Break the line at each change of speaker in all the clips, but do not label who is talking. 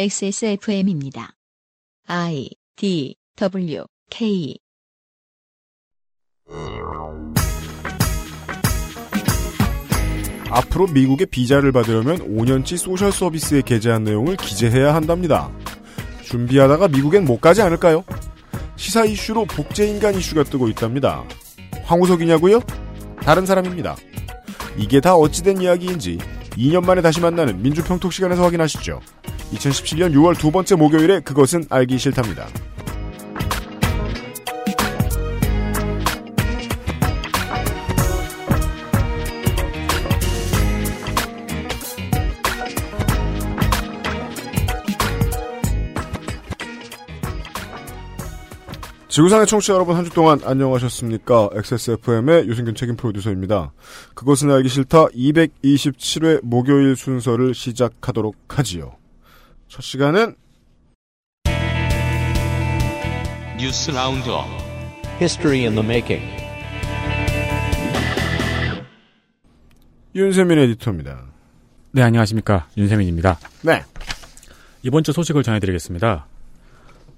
XSFM입니다. I D W K
앞으로 미국의 비자를 받으려면 5년치 소셜 서비스에 게재한 내용을 기재해야 한답니다. 준비하다가 미국엔 못 가지 않을까요? 시사 이슈로 복제인간 이슈가 뜨고 있답니다. 황우석이냐고요? 다른 사람입니다. 이게 다 어찌된 이야기인지 2년 만에 다시 만나는 민주평톡 시간에서 확인하시죠. 2017년 6월 두 번째 목요일에 그것은 알기 싫답니다. 지구상의 청취자 여러분 한 주 동안 안녕하셨습니까? XSFM의 유승균 책임 프로듀서입니다. 그것은 알기 싫다 227회 목요일 순서를 시작하도록 하지요. 첫 시간은
뉴스 라운드업
History in the making.
윤세민 에디터입니다.
네, 안녕하십니까. 윤세민입니다.
네.
이번 주 소식을 전해드리겠습니다.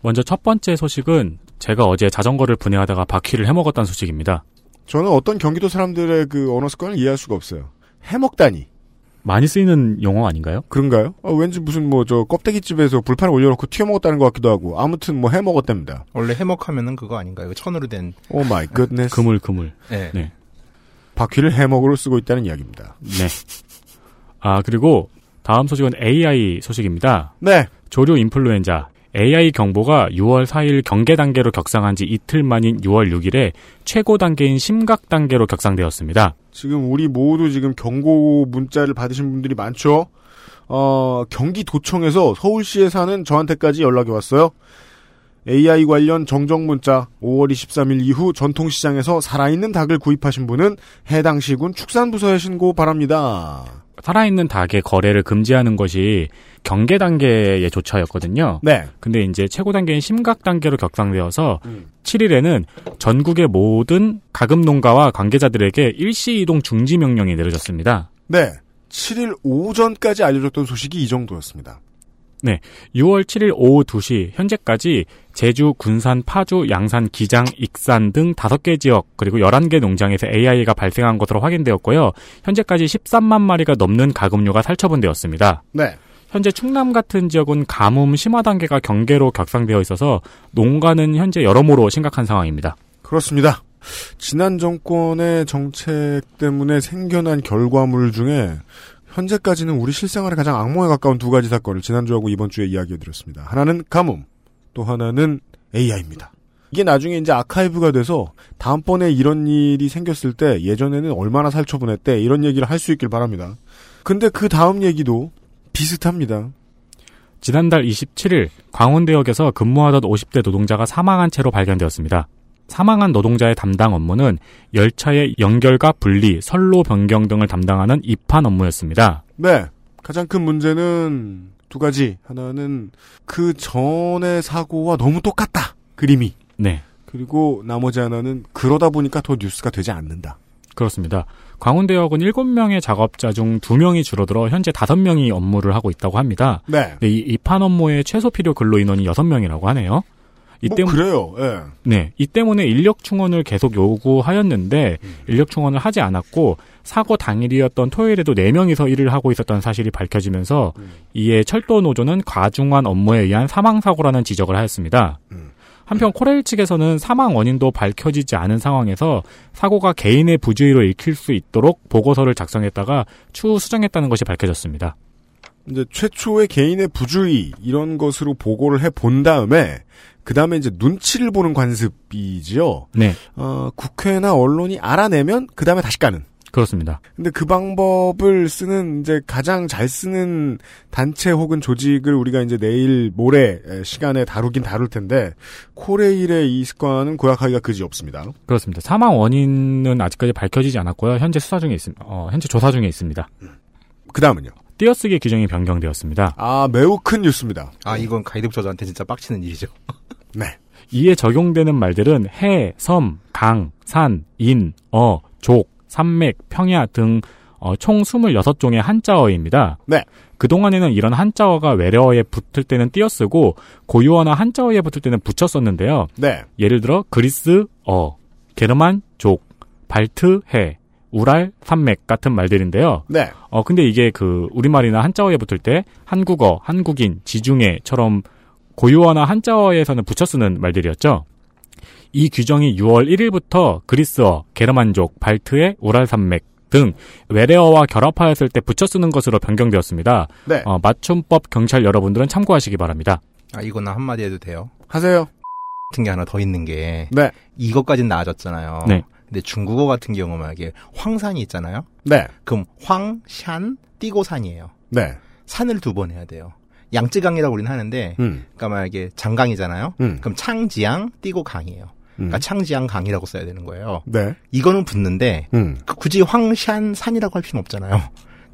먼저 첫 번째 소식은 제가 어제 자전거를 분해하다가 바퀴를 해먹었다는 소식입니다.
저는 어떤 경기도 사람들의 그 언어 습관을 이해할 수가 없어요. 해먹다니.
많이 쓰이는 용어 아닌가요?
그런가요? 아, 왠지 무슨 뭐 저 껍데기집에서 불판 올려놓고 튀어먹었다는 것 같기도 하고 아무튼 뭐 해먹었답니다.
원래 해먹하면은 그거 아닌가요? 그 천으로 된.
오 마이 굿네스.
그물, 뭐- 그물.
네.
네.
바퀴를 해먹으로 쓰고 있다는 이야기입니다.
네. 아, 그리고 다음 소식은 AI 소식입니다.
네.
조류 인플루엔자. AI 경보가 6월 4일 경계 단계로 격상한 지 이틀 만인 6월 6일에 최고 단계인 심각 단계로 격상되었습니다.
지금 우리 모두 지금 경고 문자를 받으신 분들이 많죠. 어, 경기도청에서 서울시에 사는 저한테까지 연락이 왔어요. AI 관련 정정 문자 5월 23일 이후 전통시장에서 살아있는 닭을 구입하신 분은 해당 시군 축산부서에 신고 바랍니다.
살아있는 닭의 거래를 금지하는 것이 경계 단계의 조처였거든요.
네.
근데 이제 최고 단계인 심각 단계로 격상되어서
음.
7일에는 전국의 모든 가금 농가와 관계자들에게 일시 이동 중지 명령이 내려졌습니다.
네. 7일 오전까지 알려줬던 소식이 이 정도였습니다.
6월 7일 오후 2시 현재까지 제주, 군산, 파주, 양산, 기장, 익산 등 5개 지역 그리고 11개 농장에서 AI가 발생한 것으로 확인되었고요. 현재까지 13만 마리가 넘는 가금류가 살처분되었습니다.
네.
현재 충남 같은 지역은 가뭄 심화 단계가 경계로 격상되어 있어서 농가는 현재 여러모로 심각한 상황입니다.
그렇습니다. 지난 정권의 정책 때문에 생겨난 결과물 중에 현재까지는 우리 실생활에 가장 악몽에 가까운 두 가지 사건을 지난주하고 이번주에 이야기해드렸습니다. 하나는 가뭄, 또 하나는 AI입니다. 이게 나중에 이제 아카이브가 돼서 다음번에 이런 일이 생겼을 때 예전에는 얼마나 살처분했대 이런 얘기를 할 수 있길 바랍니다. 근데 그 다음 얘기도 비슷합니다.
지난달 27일 광원대역에서 근무하던 50대 노동자가 사망한 채로 발견되었습니다. 사망한 노동자의 담당 업무는 열차의 연결과 분리, 선로 변경 등을 담당하는 입판 업무였습니다.
네. 가장 큰 문제는 두 가지. 하나는 그 전의 사고와 너무 똑같다. 그림이.
네,
그리고 나머지 하나는 그러다 보니까 더 뉴스가 되지 않는다.
그렇습니다. 광운대역은 7명의 작업자 중 2명이 줄어들어 현재 5명이 업무를 하고 있다고 합니다.
네.
네, 이 입판 업무의 최소 필요 근로 인원이 6명이라고 하네요. 이
뭐
때문-
그래요. 예.
네, 이 때문에 인력 충원을 계속 요구하였는데 인력 충원을 하지 않았고 사고 당일이었던 토요일에도 4명이서 일을 하고 있었던 사실이 밝혀지면서 이에 철도 노조는 과중한 업무에 의한 사망 사고라는 지적을 하였습니다.
음.
한편 코레일 측에서는 사망 원인도 밝혀지지 않은 상황에서 사고가 개인의 부주의로 읽힐 수 있도록 보고서를 작성했다가 추후 수정했다는 것이 밝혀졌습니다.
이제 최초의 개인의 부주의 이런 것으로 보고를 해 본 다음에 그 다음에 이제 눈치를 보는 관습이지요.
네,
어, 국회나 언론이 알아내면 그 다음에 다시 까는.
그렇습니다.
근데 그 방법을 쓰는 이제 가장 잘 쓰는 단체 혹은 조직을 우리가 이제 내일 모레 에, 시간에 다루긴 다룰 텐데 코레일의 이 습관은 고약하기가 그지 없습니다.
그렇습니다. 사망 원인은 아직까지 밝혀지지 않았고요. 현재 수사 중에 있습니다. 어, 현재 조사 중에 있습니다.
그 다음은요.
띄어쓰기 규정이 변경되었습니다.
아 매우 큰 뉴스입니다.
아, 이건 가이드북 저자한테 진짜 빡치는 일이죠.
네.
이에 적용되는 말들은 해, 섬, 강, 산, 인, 어, 족, 산맥, 평야 등 총 26종의 한자어입니다.
네.
그동안에는 이런 한자어가 외래어에 붙을 때는 띄어쓰고 고유어나 한자어에 붙을 때는 붙였었는데요.
네.
예를 들어 그리스 어, 게르만 족, 발트 해, 우랄 산맥 같은 말들인데요.
네.
어 근데 이게 그 우리말이나 한자어에 붙을 때 한국어, 한국인, 지중해처럼 고유어나 한자어에서는 붙여 쓰는 말들이었죠. 이 규정이 6월 1일부터 그리스어, 게르만족, 발트해, 우랄 산맥 등 외래어와 결합하였을 때 붙여 쓰는 것으로 변경되었습니다.
네.
어, 맞춤법 경찰 여러분들은 참고하시기 바랍니다.
아 이거나 한마디 해도 돼요.
하세요.
같은 게 하나 더 있는 게
네.
이것까진 나아졌잖아요.
네.
근데 중국어 같은 경우 만약에 황산이 있잖아요.
네.
그럼 황산 띠고산이에요.
네.
산을 두 번 해야 돼요. 양쯔강이라고 우리는 하는데
음.
그러니까 만약에 장강이잖아요.
음.
그럼 창지양 띠고강이에요.
음.
그러니까 창지양 강이라고 써야 되는 거예요.
네.
이거는 붙는데
음.
그 굳이 황산 산이라고 할 필요는 없잖아요.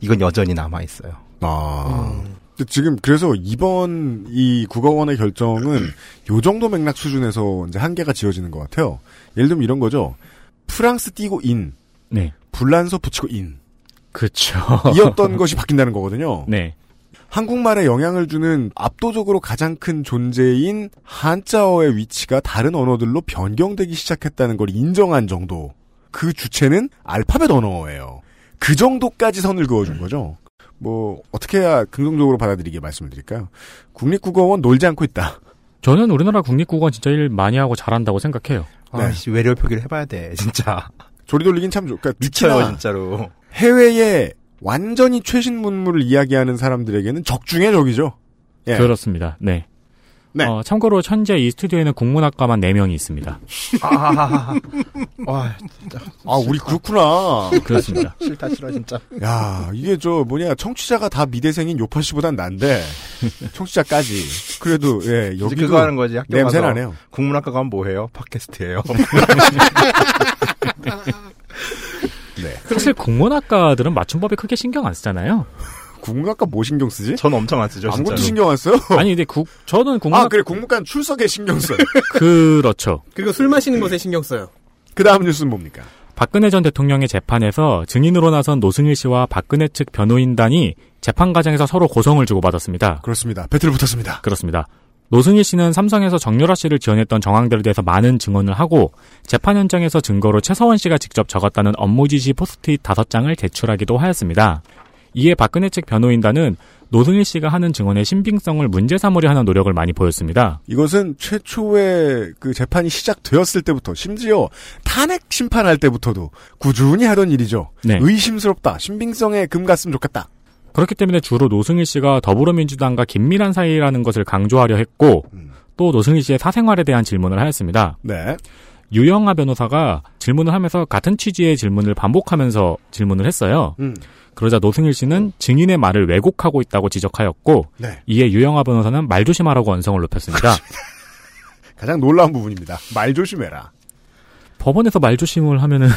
이건 여전히 남아 있어요.
아. 근데 지금 그래서 이번 이 국어원의 결정은 요 정도 맥락 수준에서 이제 한계가 지어지는 것 같아요. 예를 들면 이런 거죠. 프랑스 띄고 인,
네.
불란서 붙이고 인.
그렇죠.
이었던 것이 바뀐다는 거거든요.
네.
한국말에 영향을 주는 압도적으로 가장 큰 존재인 한자어의 위치가 다른 언어들로 변경되기 시작했다는 걸 인정한 정도. 그 주체는 알파벳 언어예요. 그 정도까지 선을 그어준 거죠. 뭐 어떻게 해야 긍정적으로 받아들이게 말씀을 드릴까요? 국립국어원 놀지 않고 있다.
저는 우리나라 국립국어는 진짜 일 많이 하고 잘한다고 생각해요.
네.
아이씨, 외래어 표기를 해봐야 돼, 진짜.
조리 돌리긴 참 좋. 그러니까
미쳐요,
특히나
진짜로.
해외에 완전히 최신 문물을 이야기하는 사람들에게는 적중의 적이죠. 예.
그렇습니다. 네.
네.
어, 참고로 현재 이 스튜디오에는 국문학과만 4명이 있습니다.
아, 와, 진짜.
아 우리 그렇구나.
그렇습니다.
싫다, 싫어, 진짜.
야, 이게 저 뭐냐, 청취자가 다 미대생인 요파 씨보단 난데, 청취자까지. 그래도, 예,
이제
여기도
그거 하는 거지, 학교
냄새
가서.
나네요. 네?
국문학과 가면 뭐해요? 팟캐스트예요.
사실 국문학과들은 맞춤법에 크게 신경 안 쓰잖아요.
국문학과 뭐 신경 쓰지?
전 엄청 안 쓰죠,
아무것도
진짜로.
신경 안 써요?
아니 근데 국 저는 국문학
어. 아, 그래, 국문과는 출석에 신경 써요.
그렇죠.
그리고 술 마시는 것에 신경 써요.
그 다음 뉴스는 뭡니까?
박근혜 전 대통령의 재판에서 증인으로 나선 노승일 씨와 박근혜 측 변호인단이 재판 과정에서 서로 고성을 주고받았습니다.
그렇습니다. 배틀 붙었습니다.
그렇습니다. 노승일 씨는 삼성에서 정유라 씨를 지원했던 정황들에 대해서 많은 증언을 하고 재판 현장에서 증거로 최서원 씨가 직접 적었다는 업무 지시 포스트잇 5장을 제출하기도 하였습니다. 이에 박근혜 측 변호인단은 노승일 씨가 하는 증언의 신빙성을 문제 삼으려 하는 노력을 많이 보였습니다.
이것은 최초의 그 재판이 시작되었을 때부터, 심지어 탄핵 심판할 때부터도 꾸준히 하던 일이죠.
네.
의심스럽다. 신빙성에 금 갔으면 좋겠다.
그렇기 때문에 주로 노승일 씨가 더불어민주당과 긴밀한 사이라는 것을 강조하려 했고
음.
또 노승일 씨의 사생활에 대한 질문을 하였습니다.
네.
유영아 변호사가 질문을 하면서 같은 취지의 질문을 반복하면서 질문을 했어요.
음.
그러자 노승일 씨는 증인의 말을 왜곡하고 있다고 지적하였고
네.
이에 유영아 변호사는 말 조심하라고 언성을 높였습니다.
가장 놀라운 부분입니다. 말 조심해라.
법원에서 말 조심을 하면은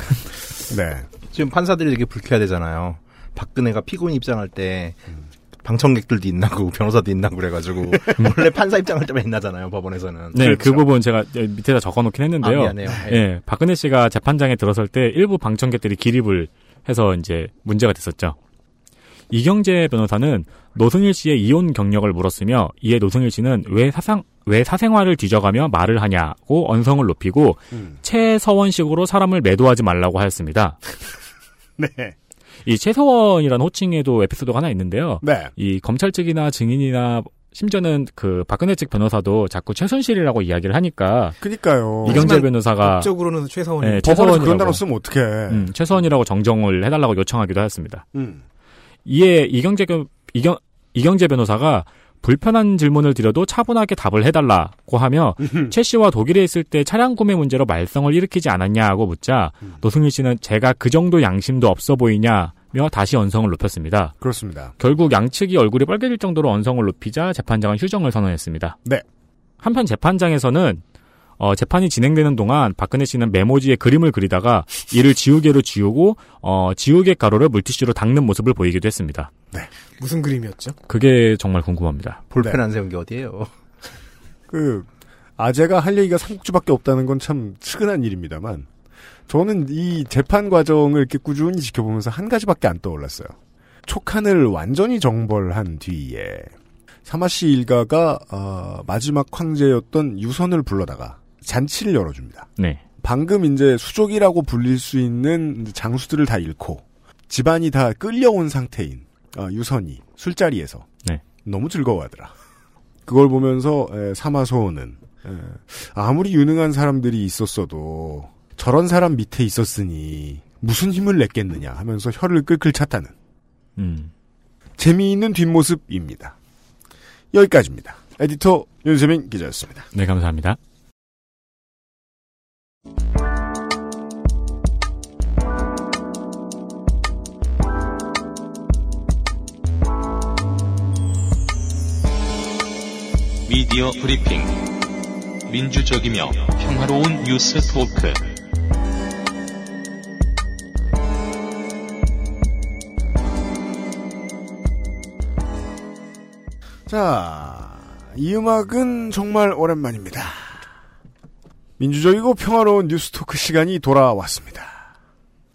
네.
지금 판사들이 되게 불쾌하대잖아요. 박근혜가 피고인 입장할 때 방청객들도 있나고 변호사도 있나고 그래가지고 원래 판사 입장할 때만 있나잖아요, 법원에서는.
네, 그
그렇죠.
부분 제가 밑에다 적어놓긴
아,
했는데요.
미안해요. 예.
예,
네.
박근혜 씨가 재판장에 들어설 때 일부 방청객들이 기립을 해서 이제 문제가 됐었죠. 이경재 변호사는 노승일 씨의 이혼 경력을 물었으며 이에 노승일 씨는 왜 사상 왜 사생활을 뒤져가며 말을 하냐고 언성을 높이고
음.
최서원식으로 사람을 매도하지 말라고 하였습니다.
네.
이 최서원이라는 호칭에도 에피소드가 하나 있는데요.
네.
이 검찰 측이나 증인이나 심지어는 그 박근혜 측 변호사도 자꾸 최순실이라고 이야기를 하니까
그니까요.
이경재
어, 하지만
변호사가
아, 법적으로는 최서원이.
법원에서
네,
그런
최서원이라고
단어 쓰면 어떡해.
음, 최서원이라고 정정을 해달라고 요청하기도 하였습니다.
음.
이에 이경재 교- 이경 이경재 변호사가 불편한 질문을 드려도 차분하게 답을 해달라고 하며 최 씨와 독일에 있을 때 차량 구매 문제로 말썽을 일으키지 않았냐고 묻자 노승일 씨는 제가 그 정도 양심도 없어 보이냐며 다시 언성을 높였습니다.
그렇습니다.
결국 양측이 얼굴이 빨개질 정도로 언성을 높이자 재판장은 휴정을 선언했습니다.
네.
한편 재판장에서는 어, 재판이 진행되는 동안 박근혜 씨는 메모지에 그림을 그리다가 이를 지우개로 지우고 어, 지우개 가루를 물티슈로 닦는 모습을 보이기도 했습니다.
무슨 그림이었죠? 네.
그게 정말 궁금합니다.
볼펜 안 세운 게 어디예요?
그, 아재가 할 얘기가 삼국지밖에 없다는 건 참 측은한 일입니다만, 저는 이 재판 과정을 이렇게 꾸준히 지켜보면서 한 가지밖에 안 떠올랐어요. 촉한을 완전히 정벌한 뒤에 사마씨 일가가 어, 마지막 황제였던 유선을 불러다가 잔치를 열어줍니다.
네.
방금 이제 수족이라고 불릴 수 있는 장수들을 다 잃고 집안이 다 끌려온 상태인 어, 유선이 술자리에서
네.
너무 즐거워하더라. 그걸 보면서 에, 사마소는 에, 아무리 유능한 사람들이 있었어도 저런 사람 밑에 있었으니 무슨 힘을 냈겠느냐 하면서 혀를 끌끌 찼다는
음.
재미있는 뒷모습입니다. 여기까지입니다. 에디터 윤세민 기자였습니다.
네, 감사합니다.
미디어 브리핑 민주적이며 평화로운 뉴스 토크
자, 이 음악은 정말 오랜만입니다. 민주적이고 평화로운 뉴스토크 시간이 돌아왔습니다.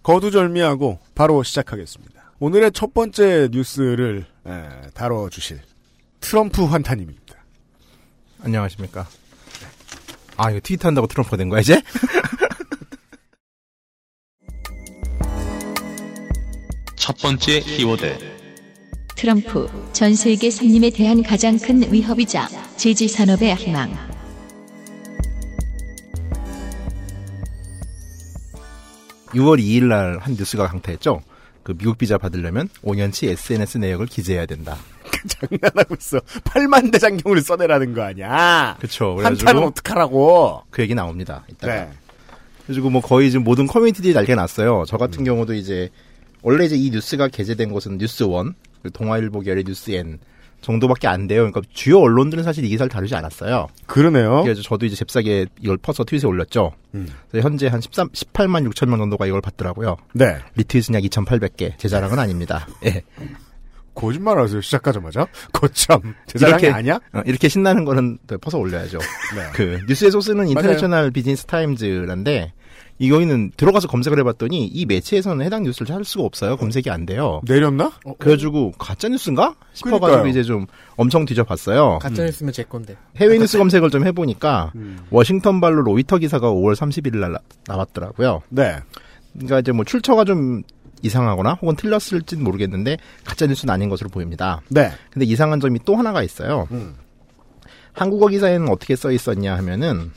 거두절미하고 바로 시작하겠습니다. 오늘의 첫 번째 뉴스를 에, 다뤄주실 트럼프 환타님입니다.
안녕하십니까. 아, 이거 트위터 한다고 트럼프가 된 거야, 이제?
첫 번째 키워드
트럼프 전 세계 산림에 대한 가장 큰 위협이자 제지 산업의 희망.
유 6월 2일 날 한 뉴스가 강타했죠. 그 미국 비자 받으려면 5년치 SNS 내역을 기재해야 된다.
장난하고 있어. 8만 대장경을 써내라는 거 아니야.
그쵸.
한타는
그래가지고
어떡하라고.
그 얘기 나옵니다. 이따가.
네.
그래가지고 뭐 거의 지금 모든 커뮤니티들이 난리가 났어요. 저 같은 경우도 이제 원래 이제 이 뉴스가 게재된 곳은 뉴스 원, 그리고 동아일보 계열의 뉴스 N 정도밖에 안 돼요. 그러니까 주요 언론들은 사실 이 기사를 다루지 않았어요. 음.
그러네요.
그래서 저도 이제 잽싸게 이걸 퍼서 트윗에 올렸죠. 그래서 현재 한 13, 18만 6천 명 정도가 이걸 봤더라고요.
네.
리트윗은 약 2,800개. 제 자랑은 아닙니다. 예.
거짓말 하세요. 시작하자마자. 거참. 제 자랑이 그 아니야?
어, 이렇게 신나는 거는 더 퍼서 올려야죠.
네.
그 뉴스의 소스는 인터내셔널
맞아요.
비즈니스 타임즈란데 이거는 들어가서 검색을 해봤더니 이 매체에서는 해당 뉴스를 찾을 수가 없어요. 검색이 안 돼요.
내렸나?
어. 그래가지고 가짜 뉴스인가 싶어가지고
어, 그러니까요.
이제 좀 엄청 뒤져봤어요.
가짜 뉴스면 제 건데.
해외 뉴스 검색을 좀 해보니까
음.
워싱턴 발로 로이터 기사가 5월 31일 날 나- 나왔더라고요.
네.
그러니까 이제 뭐 출처가 좀 이상하거나 혹은 틀렸을진 모르겠는데 가짜 뉴스는 아닌 것으로 보입니다.
네.
근데 이상한 점이 또 하나가 있어요. 한국어 기사에는 어떻게 써 있었냐 하면은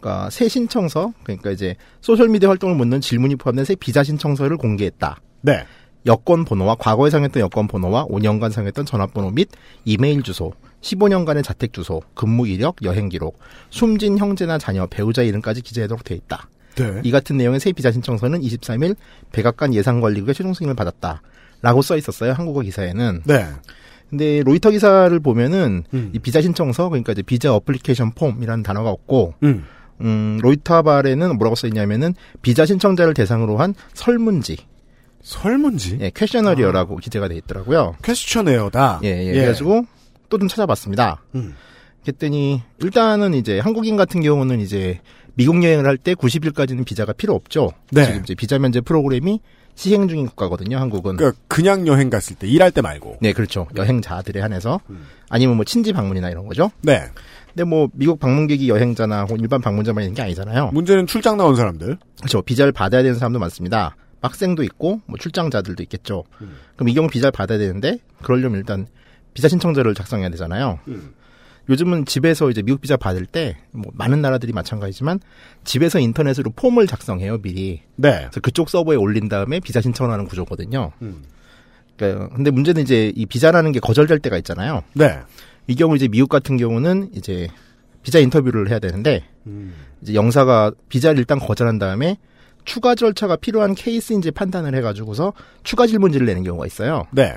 그러니까 새 신청서 그러니까 이제 소셜 미디어 활동을 묻는 질문이 포함된 새 비자 신청서를 공개했다.
네.
여권 번호와 과거에 상했던 여권 번호와 5년간 상했던 전화번호 및 이메일 주소, 15년간의 자택 주소, 근무 이력, 여행 기록, 숨진 형제나 자녀, 배우자 이름까지 기재하도록 돼 있다.
네.
이 같은 내용의 새 비자 신청서는 23일 백악관 예산관리국의 최종 승인을 받았다. 라고 써 있었어요. 한국어 기사에는.
네.
근데 로이터 기사를 보면은
음.
이 비자 신청서 그러니까 이제 비자 어플리케이션 폼이라는 단어가 없고
음.
음, 로이터 발에는 뭐라고 써 있냐면은 비자 신청자를 대상으로 한 설문지,
설문지?
예, 퀘셔너리어라고
아.
기재가 돼 있더라고요.
퀘스천웨어다.
예, 예. 그래가지고 또 좀 찾아봤습니다.
음.
그랬더니 일단은 이제 한국인 같은 경우는 이제 미국 여행을 할 때 90일까지는 비자가 필요 없죠.
네.
지금 이제 비자 면제 프로그램이 시행 중인 국가거든요. 한국은.
그러니까 그냥 여행 갔을 때 일할 때 말고.
네, 그렇죠. 여행자들에 한해서
음.
아니면 뭐 친지 방문이나 이런 거죠.
네.
근데 뭐 미국 방문객이 여행자나 혹은 일반 방문자만 있는 게 아니잖아요.
문제는 출장 나온 사람들.
그렇죠. 비자를 받아야 되는 사람도 많습니다. 학생도 있고 뭐 출장자들도 있겠죠. 그럼 이 경우 비자를 받아야 되는데 그러려면 일단 비자 신청자를 작성해야 되잖아요. 요즘은 집에서 이제 미국 비자 받을 때 뭐 많은 나라들이 마찬가지지만 집에서 인터넷으로 폼을 작성해요 미리.
네.
그래서 그쪽 서버에 올린 다음에 비자 신청을 하는 구조거든요. 그러니까 근데 문제는 이제 이 비자라는 게 거절될 때가 있잖아요.
네.
이 경우 이제 미국 같은 경우는 이제 비자 인터뷰를 해야 되는데 이제 영사가 비자를 일단 거절한 다음에 추가 절차가 필요한 케이스인지 판단을 해가지고서 추가 질문지를 내는 경우가 있어요.
네.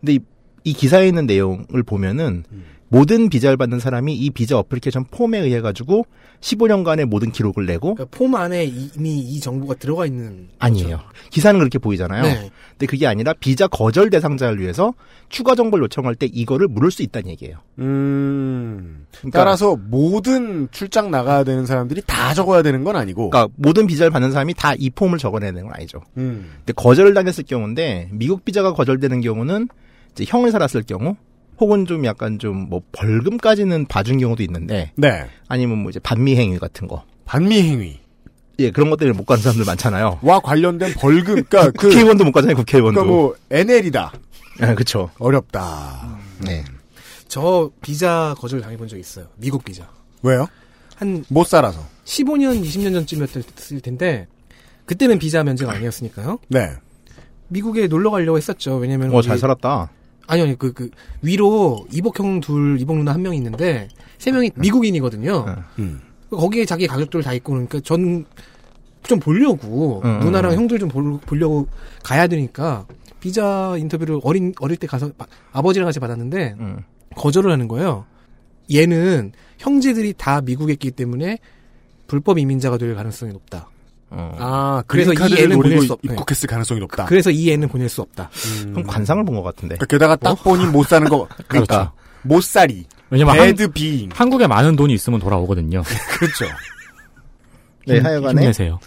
근데 이, 이 기사에 있는 내용을 보면은 모든 비자를 받는 사람이 이 비자 어플리케이션 폼에 의해 가지고 15년간의 모든 기록을 내고
그러니까 폼 안에 이- 이미 이 정보가 들어가 있는
아니에요. 기사는 그렇게 보이잖아요.
네.
근데 그게 아니라 비자 거절 대상자를 위해서 추가 정보를 요청할 때 이거를 물을 수 있다는 얘기예요.
음.
그러니까,
따라서 모든 출장 나가야 되는 사람들이 다 적어야 되는 건 아니고.
그러니까 모든 비자를 받는 사람이 다 이 폼을 적어내야 되는 건 아니죠.
음.
근데 거절을 당했을 경우인데 미국 비자가 거절되는 경우는 이제 형을 살았을 경우 혹은 좀 약간 좀 뭐 벌금까지는 봐준 경우도 있는데
네.
아니면 뭐 이제 반미 행위 같은 거.
반미 행위와
예, 그런 것 때문에 못 가는 사람들 많잖아요.
관련된 벌금, 그러니까 그,
국회의원도 못 가잖아요, 국회의원도.
그러니까 뭐 NL이다.
예, 그쵸.
어렵다.
네.
저 비자 거절 당해본 적 있어요. 미국 비자.
왜요?
한
못 살아서.
15년, 20년 전쯤이었을 텐데 그때는 비자 면제가 아니었으니까요.
네.
미국에 놀러 가려고 했었죠. 왜냐면
어, 잘
우리-
살았다.
아니 아니 그, 그 위로 이복형 둘, 이복 누나 한 명 있는데 세 명이 미국인이거든요.
응.
음.
거기에 자기 가족들 다 있고 그러니까 전 좀 보려고
응,
누나랑
응.
형들 좀 볼- 보려고 가야 되니까 비자 인터뷰를 어린 어릴 때 가서 바- 아버지랑 같이 받았는데
음.
거절을 하는 거예요. 얘는 형제들이 다 미국에 있기 때문에 불법 이민자가 될 가능성이 높다.
어.
아,
그래서 이
그린카드를
애는
노리고
보낼 수 없-
네.
입국했을 가능성이
아.
높다.
그래서 이 애는 보낼 수 없다.
그럼 관상을 본 것 같은데.
그러니까 게다가
어?
딱 보니 못 사는 거. 그러니까.
그렇죠.
못 살이.
왜냐면 한,
배드 비잉.
한국에 많은 돈이 있으면 돌아오거든요.
그렇죠.
네,
힘-
네.
하여간에
힘내세요.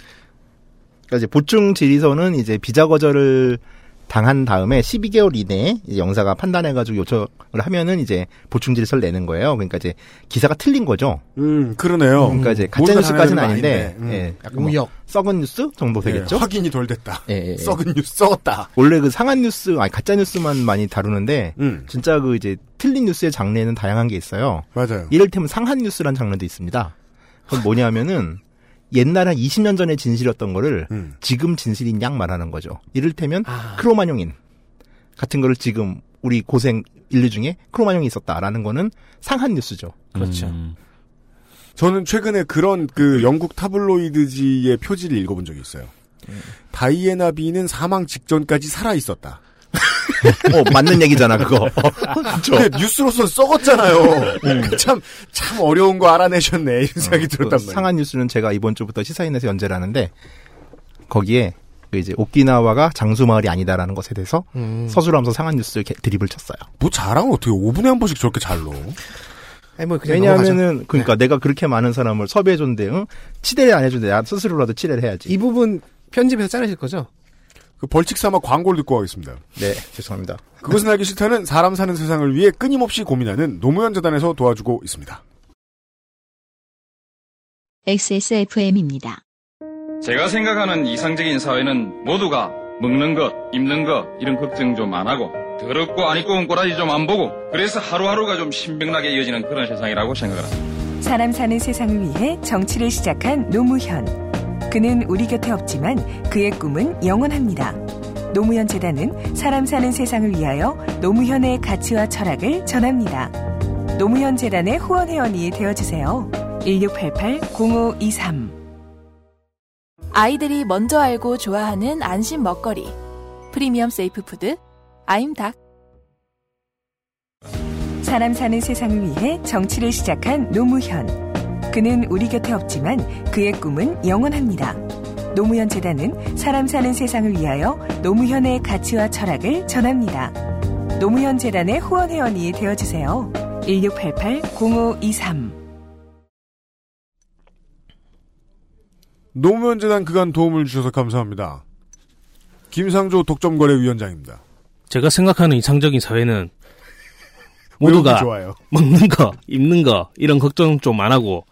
그러니까 이제 보충 질의서는 이제 비자 거절을 당한 다음에 12개월 이내에 이제 영사가 판단해가지고 요청을 하면은 이제 보충 질의서를 내는 거예요. 그러니까 이제 기사가 틀린 거죠.
음, 그러네요.
그러니까 이제
음,
가짜 뉴스까지는
모든
아닌데,
음.
예, 약간 뭐
무역.
썩은 뉴스 정도 되겠죠.
예, 확인이 덜 됐다.
예, 예, 예.
썩은 뉴스 썩었다.
원래 그 상한 뉴스, 아니 가짜 뉴스만 많이 다루는데
음,
진짜 그 이제 틀린 뉴스의 장르에는 다양한 게 있어요.
맞아요.
이를테면 상한 뉴스란 장르도 있습니다. 그건 뭐냐면은 옛날 한 20년 전의 진실이었던 거를
음.
지금 진실인 양 말하는 거죠. 이를테면 크로마뇽인 같은 거를 지금 우리 고생 인류 중에 크로마뇽이 있었다라는 거는 상한 뉴스죠.
그렇죠.
음.
저는 최근에 그런 그 영국 타블로이드지의 표지를 읽어본 적이 있어요.
예.
다이애나 비는 사망 직전까지 살아 있었다.
어, 맞는 얘기잖아, 그거. 그쵸. 예.
근데 뉴스로서는 썩었잖아요. 그 참, 참 어려운 거 알아내셨네. 이런 생각이 들었단
그
말이에요.
상한 뉴스는 제가 이번 주부터 시사인에서 연재를 하는데 거기에 그 이제 오키나와가 장수 마을이 아니다라는 것에 대해서
음.
서술하면서 상한 뉴스를 개- 드립을 쳤어요.
뭐 자랑을 어떻게 5분에 한 번씩 저렇게 잘 넣어.
아니, 뭐 그냥 넘어가죠.
왜냐하면은 그러니까 내가 그렇게 많은 사람을 섭외해 줬는데 응? 치대를 안 해준대. 나 스스로라도 치대를 해야지.
이 부분 편집에서 자르실 거죠?
그 벌칙 삼아 광고를 듣고 가겠습니다.
네 죄송합니다.
그것은 알기 싫다는 사람 사는 세상을 위해 끊임없이 고민하는 노무현 재단에서 도와주고 있습니다.
XSFM입니다.
제가 생각하는 이상적인 사회는 모두가 먹는 것, 입는 것 이런 걱정 좀 안 하고 더럽고 안 입고 온 꼬라지 좀 안 보고 그래서 하루하루가 좀 신명나게 이어지는 그런 세상이라고 생각을 합니다.
사람 사는 세상을 위해 정치를 시작한 노무현. 그는 우리 곁에 없지만 그의 꿈은 영원합니다. 노무현 재단은 사람 사는 세상을 위하여 노무현의 가치와 철학을 전합니다. 노무현 재단의 후원 회원이 되어 주세요. 1688-0523
아이들이 먼저 알고 좋아하는 안심 먹거리. 프리미엄 세이프 푸드, 아임닭.
사람 사는 세상을 위해 정치를 시작한 노무현. 그는 우리 곁에 없지만 그의 꿈은 영원합니다. 노무현 재단은 사람 사는 세상을 위하여 노무현의 가치와 철학을 전합니다. 노무현 재단의 후원 회원이 되어 주세요. 1688-0523
노무현 재단 그간 도움을 주셔서 감사합니다. 김상조 독점거래위원장입니다.
제가 생각하는 이상적인 사회는
외우기
모두가
좋아요.
먹는 거, 입는 거 이런 걱정 좀 안 하고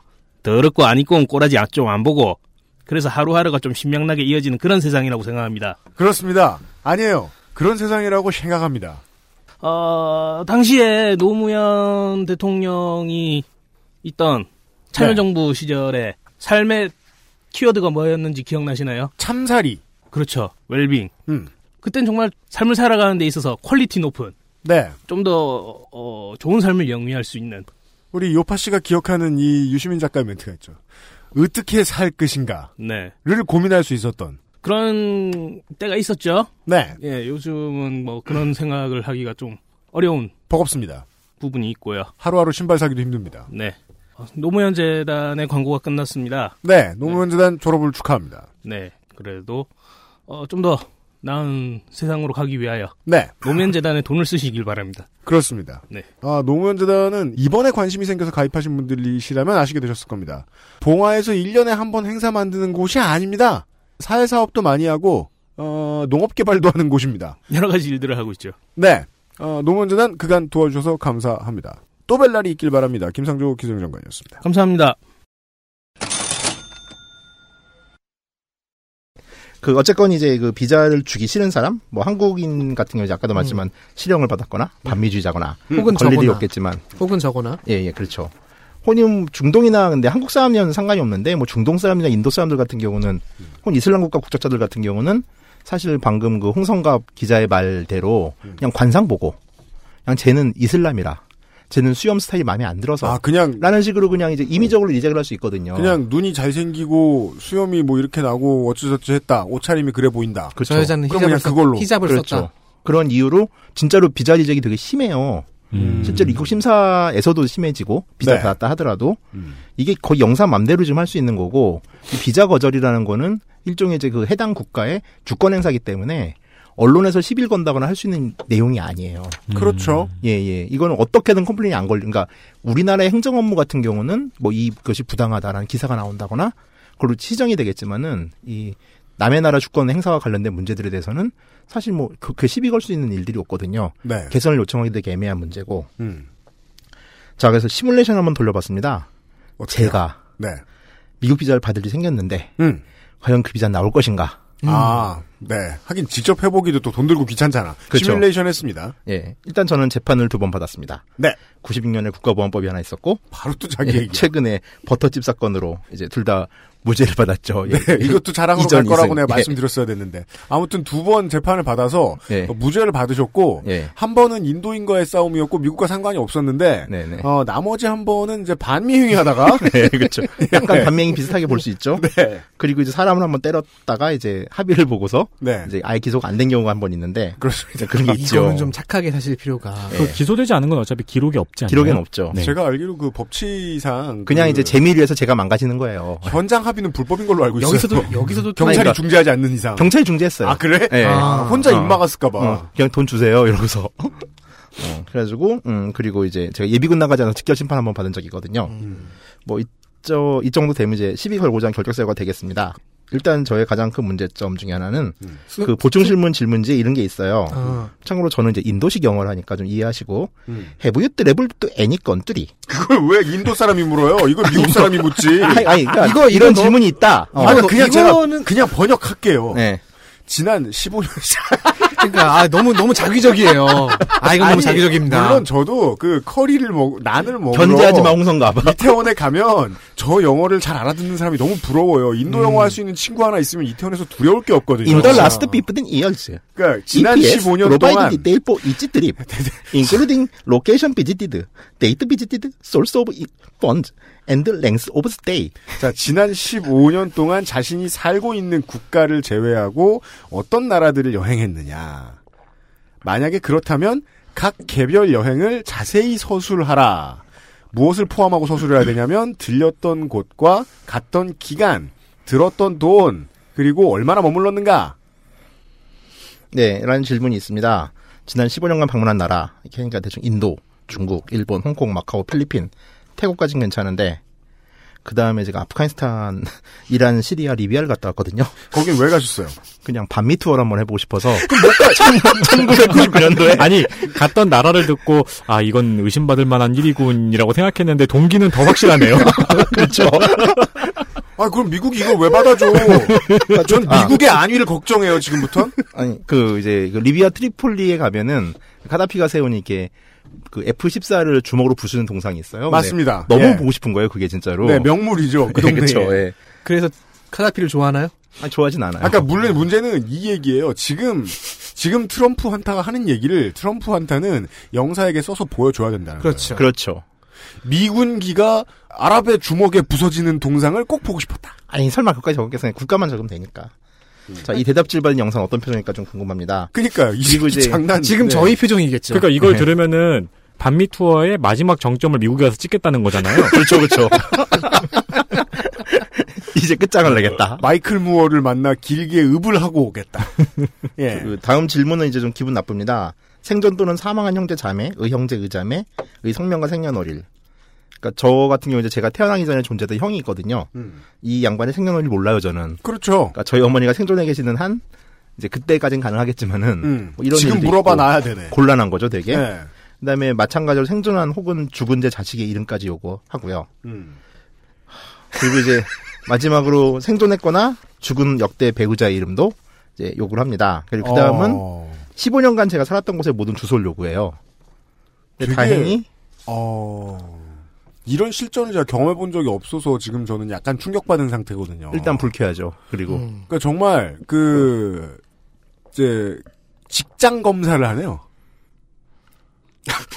더럽고 안 입고 온 꼬라지 좀 안 보고 그래서 하루하루가 좀 신명나게 이어지는 그런 세상이라고 생각합니다.
그렇습니다. 아니에요. 그런 세상이라고 생각합니다.
어, 당시에 노무현 대통령이 있던
네.
참여정부 시절에 삶의 키워드가 뭐였는지 기억나시나요?
참사리.
그렇죠. 웰빙.
음.
그땐 정말 삶을 살아가는 데 있어서 퀄리티 높은
네.
좀 더 좋은 삶을 영위할 수 있는
우리 요파 씨가 기억하는 이 유시민 작가의 멘트가 있죠. 어떻게 살 것인가를
네
고민할 수 있었던.
그런 때가 있었죠.
네.
예, 요즘은 뭐 그런 생각을 하기가 좀 어려운
버겁습니다.
부분이 있고요.
하루하루 신발 사기도 힘듭니다.
네. 어, 노무현 재단의 광고가 끝났습니다.
네, 노무현재단 졸업을 축하합니다.
네. 그래도 어, 좀 더 나은 세상으로 가기 위하여
네.
노무현 재단에 돈을 쓰시길 바랍니다.
그렇습니다.
네.
아, 노무현재단은 이번에 관심이 생겨서 가입하신 분들이시라면 아시게 되셨을 겁니다. 봉화에서 1년에 한 번 행사 만드는 곳이 아닙니다. 사회사업도 많이 하고, 어, 농업개발도 하는 곳입니다.
여러 가지 일들을 하고 있죠.
네. 어, 노무현재단 그간 도와주셔서 감사합니다. 또 뵐 날이 있길 바랍니다. 김상조 기술장관이었습니다.
감사합니다.
그 어쨌건 이제 그 비자를 주기 싫은 사람, 뭐 한국인 같은 경우 이제
음.
아까도 말했지만 실형을 받았거나 반미주의자거나
혹은
걸 일이
저거나.
없겠지만
혹은 저거나
예, 예, 그렇죠. 혼인 중동이나 근데 한국 사람이랑 상관이 없는데 뭐 중동 사람이나 인도 사람들 같은 경우는 혹은 이슬람 국가 국적자들 같은 경우는 사실 방금 그 홍성갑 기자의 말대로
음.
그냥 관상 보고 그냥 쟤는 이슬람이라 쟤는 수염 스타일이 마음에 안 들어서
아, 그냥,
라는 식으로 그냥 이제 임의적으로 리젝을 할 수 있거든요.
그냥 눈이 잘생기고 수염이 뭐 이렇게 나고 어쩌저쩌 했다. 옷차림이 그래 보인다.
그렇죠.
저 여자는
그럼 그냥
히잡을, 썼,
그걸로.
히잡을
그렇죠.
썼다.
그런 이유로 진짜로 비자 리젝이 되게 심해요.
음.
실제로 입국 심사에서도 심해지고 비자
네.
받았다 하더라도
음.
이게 거의 영사 맘대로 좀 할 수 있는 거고 이 비자 거절이라는 거는 일종의 이제 그 해당 국가의 주권 행사기 때문에 언론에서 시비를 건다거나 할 수 있는 내용이 아니에요.
그렇죠.
예, 예. 이거는 어떻게든 컴플레인이 안 걸린, 그러니까 우리나라의 행정 업무 같은 경우는 뭐 이것이 부당하다라는 기사가 나온다거나 그걸로 시정이 되겠지만은 이 남의 나라 주권 행사와 관련된 문제들에 대해서는 사실 뭐 그, 그 시비 걸 수 있는 일들이 없거든요.
네.
개선을 요청하기 되게 애매한 문제고.
음.
자, 그래서 시뮬레이션 한번 돌려봤습니다.
어때요?
제가
네.
미국 비자를 받을 일이 생겼는데
음.
과연 그 비자 는 나올 것인가?
아, 네. 하긴 직접 해보기도 또 돈 들고 귀찮잖아.
그렇죠.
시뮬레이션 했습니다.
예. 일단 저는 재판을 두 번 받았습니다.
네.
96년에 국가보안법이 하나 있었고
바로 또 자기
예,
얘기.
최근에 버터집 사건으로 이제 둘 다 무죄를 받았죠. 예.
네, 이것도 자랑으로 갈
이전,
거라고
이승.
내가
예.
말씀드렸어야 됐는데 아무튼 두 번 재판을 받아서
예.
어, 무죄를 받으셨고
예.
한 번은 인도인과의 싸움이었고 미국과 상관이 없었는데
네네.
어, 나머지 한 번은 이제 반미행위하다가
네, 그렇죠. 약간 반명이 비슷하게 볼 수 있죠.
네.
그리고 이제 사람을 한번 때렸다가 이제 합의를 보고서
네.
이제 아예 기소가 안 된 경우가 한 번 있는데
그렇습니다.
이제 네, 그런 게 있죠. 예.
이거는 좀 착하게 사실 필요가.
네.
그 기소되지 않은 건 어차피 기록이 없지 않나요?
기록엔 없죠.
네.
제가 알기로 그 법치상
그냥
그
이제 재미를 위해서 제가 망가지는 거예요.
현장 합의는 불법인 걸로 알고 있어요.
여기서도 여기서도 또
경찰이
그러니까-
중재하지 않는 이상
경찰이 중재했어요.
아 그래?
예.
아, 혼자 입 막았을까봐
어, 그냥 돈 주세요 이러고서. 어, 그래가지고 음 그리고 이제 제가 예비군 나가지 않아서 직결 심판 한번 받은 적이 있거든요. 뭐 이저 이 정도 되면 이제 시비 걸고자 한 결격사유가 되겠습니다. 일단 저의 가장 큰 문제점 중에 하나는 그 보충 질문 질문지 이런 게 있어요.
아,
참고로 저는 이제 인도식 영어를 하니까 좀 이해하시고 해부 유트 레블 또 애니건 뚜리
그걸 왜 인도 사람이 물어요? 이거 미국 사람이 묻지.
아니, 아니 그러니까
이거, 이거
이런
너-
질문이 있다 어.
아니 그냥 제가
이거는-
그냥 번역할게요.
네.
지난 15년
그러니까 아, 너무 너무 자기적이에요. 아 이건 너무
아니,
자기적입니다.
물론 저도 그 커리를 먹 난을 먹으러
견제하지 마 홍성갑
이태원에 가면 저 영어를 잘 알아듣는 사람이 너무 부러워요. 인도 영어 할 수 있는 친구 하나 있으면 이태원에서 두려울 게 없거든요.
음. 인더 라스트 피프든 이얼스
그러니까 지난
E
15년 동안 네,
로바이드 디테일 포 이지 드립 인클루딩 로케이션 비지티드 데이트 비지티드 소스 오브 펀드 앤드 랭스 오브 스테이
자, 지난 15년 동안 자신이 살고 있는 국가를 제외하고 어떤 나라들을 여행했느냐. 만약에 그렇다면 각 개별 여행을 자세히 서술하라. 무엇을 포함하고 서술해야 되냐면 들렸던 곳과 갔던 기간, 들었던 돈, 그리고 얼마나 머물렀는가.
네, 라는 질문이 있습니다. 지난 15년간 방문한 나라, 이렇게 하니까 대충 인도, 중국, 일본, 홍콩, 마카오, 필리핀, 태국까지는 괜찮은데, 그 다음에 제가 아프가니스탄, 이란, 시리아, 리비아를 갔다 왔거든요.
거긴 왜 가셨어요?
그냥 반미 투어를 한번 해보고 싶어서. 1999년도에.
아니 갔던 나라를 듣고 아 이건 의심받을 만한 일이군이라고 생각했는데 동기는 더 확실하네요.
그렇죠.
아, 그럼 미국이 이걸 왜 받아줘? 전 미국의 안위를 걱정해요, 지금부터.
아니, 그, 이제, 그 리비아 트리폴리에 가면은, 카다피가 세운 이렇게, 그 F14를 주먹으로 부수는 동상이 있어요. 근데
맞습니다.
너무
예.
보고 싶은 거예요, 그게 진짜로.
네, 명물이죠. 그
예,
동네에.
그쵸, 예.
그래서 카다피를 좋아하나요?
아, 좋아하진 않아요.
아까 그러니까 물론 문제는 이 얘기예요. 지금 지금 트럼프 한타가 하는 얘기를 트럼프 한타는 영사에게 써서 보여줘야 된다는
그렇죠.
그렇죠.
거예요. 미군기가 아랍의 주먹에 부서지는 동상을 꼭 보고 싶었다.
아니 설마 그까지 적겠어요. 국가만 적으면 되니까.
음.
자, 이 대답 질받은 영상 어떤 표정일까 좀 궁금합니다.
그러니까요. 이
그리고
새끼
이제 아,
장난. 네.
지금 저희 표정이겠죠.
그러니까 이걸
네.
들으면은 반미 투어의 마지막 정점을 미국에 와서 찍겠다는 거잖아요.
그렇죠, 그렇죠. 이제 끝장을 내겠다.
마이클 무어를 만나 길게 읍을 하고 오겠다. 예.
그 다음 질문은 이제 좀 기분 나쁩니다. 생존 또는 사망한 형제 자매, 의형제 의자매, 의 성명과 생년월일. 그러니까 저 같은 경우 이제 제가 태어나기 전에 존재했던 형이 있거든요.
음.
이 양반의 생년월일 몰라요 저는.
그렇죠.
그러니까 저희 어머니가 생존해 계시는 한 이제 그때까진 가능하겠지만은
음.
뭐 이런
지금
일도
물어봐
있고
놔야 되네.
곤란한 거죠 되게.
예.
그다음에 마찬가지로 생존한 혹은 죽은 제 자식의 이름까지 요구하고요.
음.
그리고 이제 마지막으로 생존했거나 죽은 역대 배우자의 이름도 이제 요구를 합니다. 그리고 그 다음은
어,
15년간 제가 살았던 곳의 모든 주소를 요구해요. 근데
되게-
다행히
어, 이런 실전을 제가 경험해 본 적이 없어서 지금 저는 약간 충격받은 상태거든요.
어. 일단 불쾌하죠. 그리고
그러니까 정말 그 이제 직장 검사를 하네요.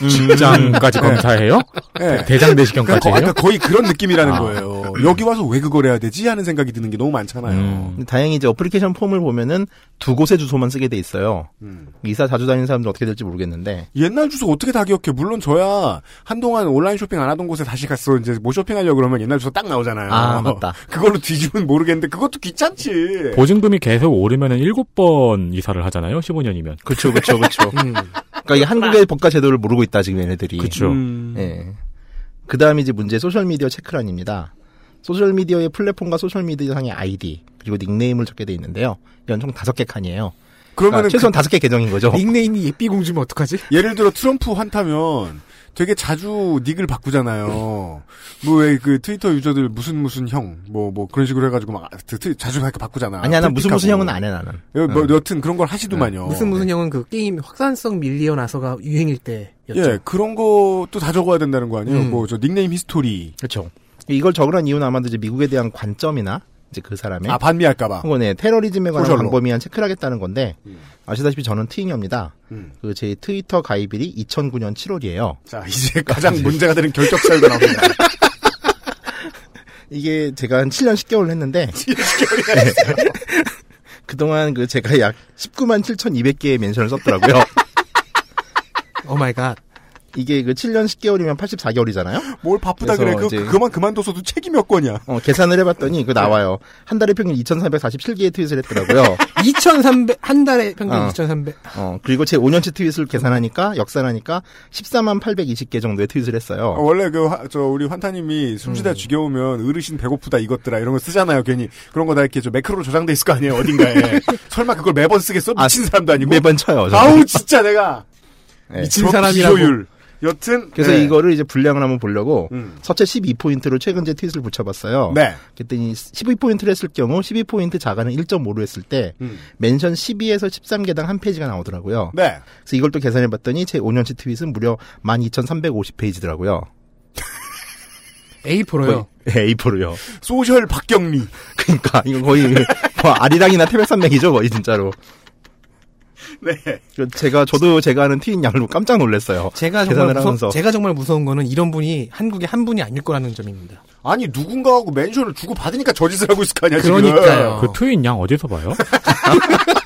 음.
직장까지 검사해요?
네.
예. 네.
대장
그러니까
내시경까지
거-
해요?
그러니까 거의 그런 느낌이라는
아.
거예요. 여기 와서 왜 그걸 해야 되지 하는 생각이 드는 게 너무 많잖아요.
음.
다행히 이제 어플리케이션 폼을 보면은 두 곳의 주소만 쓰게 돼 있어요.
음.
이사 자주 다니는 사람들은 어떻게 될지 모르겠는데
옛날 주소 어떻게 다 기억해? 물론 저야 한동안 온라인 쇼핑 안 하던 곳에 다시 갔어. 이제 뭐 쇼핑하려고 그러면 옛날 주소 딱 나오잖아요.
아, 맞다.
그걸로 뒤집으면 모르겠는데 그것도 귀찮지.
보증금이 계속 오르면은 일곱 번 이사를 하잖아요. 15년이면.
그렇죠, 그렇죠, 그렇죠.
음.
그러니까 이 한국의 법과 제도를 모르고 있다 지금 얘네들이.
그렇죠.
음.
예. 그 다음이 이제 문제 소셜미디어 체크란입니다. 소셜미디어의 플랫폼과 소셜미디어상의 아이디, 그리고 닉네임을 적게 돼 있는데요. 연총 다섯 개 칸이에요.
그러면은
그러니까 최소한 다섯 개 계정인 거죠.
닉네임이 예삐공주면 어떡하지?
그- 예를 들어 트럼프 환타면 되게 자주 닉을 바꾸잖아요. 뭐 왜 그 트위터 유저들 무슨 무슨 형 뭐 뭐 그런 식으로 해가지고 막 아, 트- 트- 자주 그렇게 바꾸잖아.
아니야, 나 무슨 무슨 형은 안
해.
해, 네. 나는.
뭐 여튼 그런 걸 하시더만요.
무슨 무슨 형은 그 게임 확산성 밀리어 나서가 유행일 때였죠.
예, 그런 것도 다 적어야 된다는 거 아니에요?
음.
뭐 저 닉네임 히스토리.
그렇죠. 이걸 적으란 이유는 아마도 이제 미국에 대한 관점이나 이제 그 사람의
아 반미할까봐.
혹은 네, 테러리즘에 관한
소셜로.
방법이한 체크를 하겠다는 건데 아시다시피 저는 트윙입니다.
음.
그 제 트위터 가입일이 2009년 7월이에요.
자 이제 가장 문제가 되는 결격사유가 나옵니다.
이게 제가 한 7년 10개월 했는데 그동안 그 제가 약 19만 7,200개의 멘션을 썼더라고요.
오어 마이 갓.
이게 그 7년 10개월이면 84개월이잖아요.
뭘 바쁘다 그래?
그래서
그,
이제-
그만 그만둬서도 책임 몇 거냐?
계산을 해봤더니 그 나와요. 한 달에 평균 2,447개의 트윗을 했더라고요.
2,300, 한 달에 평균
어.
2,300.
어, 그리고 제 5년치 트윗을 계산하니까 역산하니까 14만 820개 정도의 트윗을 했어요.
어, 원래 그 저 우리 환타님이 숨쉬다 쥐겨오면 어르신 배고프다 이것들아 이런 거 쓰잖아요 괜히 그런 거 다 이렇게 저 매크로로 저장돼 있을 거 아니에요 어딘가에 설마 그걸 매번 쓰겠어
아,
미친 사람도 아니고
매번 쳐요. 저는.
아우 진짜 내가
예.
저
사람이라고.
비효율 여튼
그래서
네.
이거를 이제 분량을 한번 보려고
음.
서체 12포인트로 최근 제 트윗을 붙여봤어요.
네
그랬더니 12포인트를 했을 경우 12포인트 자가는 1.5로 했을 때
음.
멘션 12에서 13개당 한 페이지가 나오더라고요.
네.
그래서 이걸 또 계산해봤더니 제 5년치 트윗은 무려 12,350페이지더라고요.
A4로요.
A4로요.
소셜 박경리
그러니까 이거 거의 뭐 아리랑이나 태백산맥이죠 거의 진짜로.
네
그 제가 저도 제가 하는 트윗 양을 보고 깜짝 놀랐어요.
제가 정말
계산을
무서,
하면서
제가 정말 무서운 거는 이런 분이 한국에 한 분이 아닐 거라는 점입니다.
아니 누군가하고 멘션을 주고 받으니까 저짓을 하고 있을 거 아니야 음.
그러니까요.
그 트윈 양 어디서 봐요?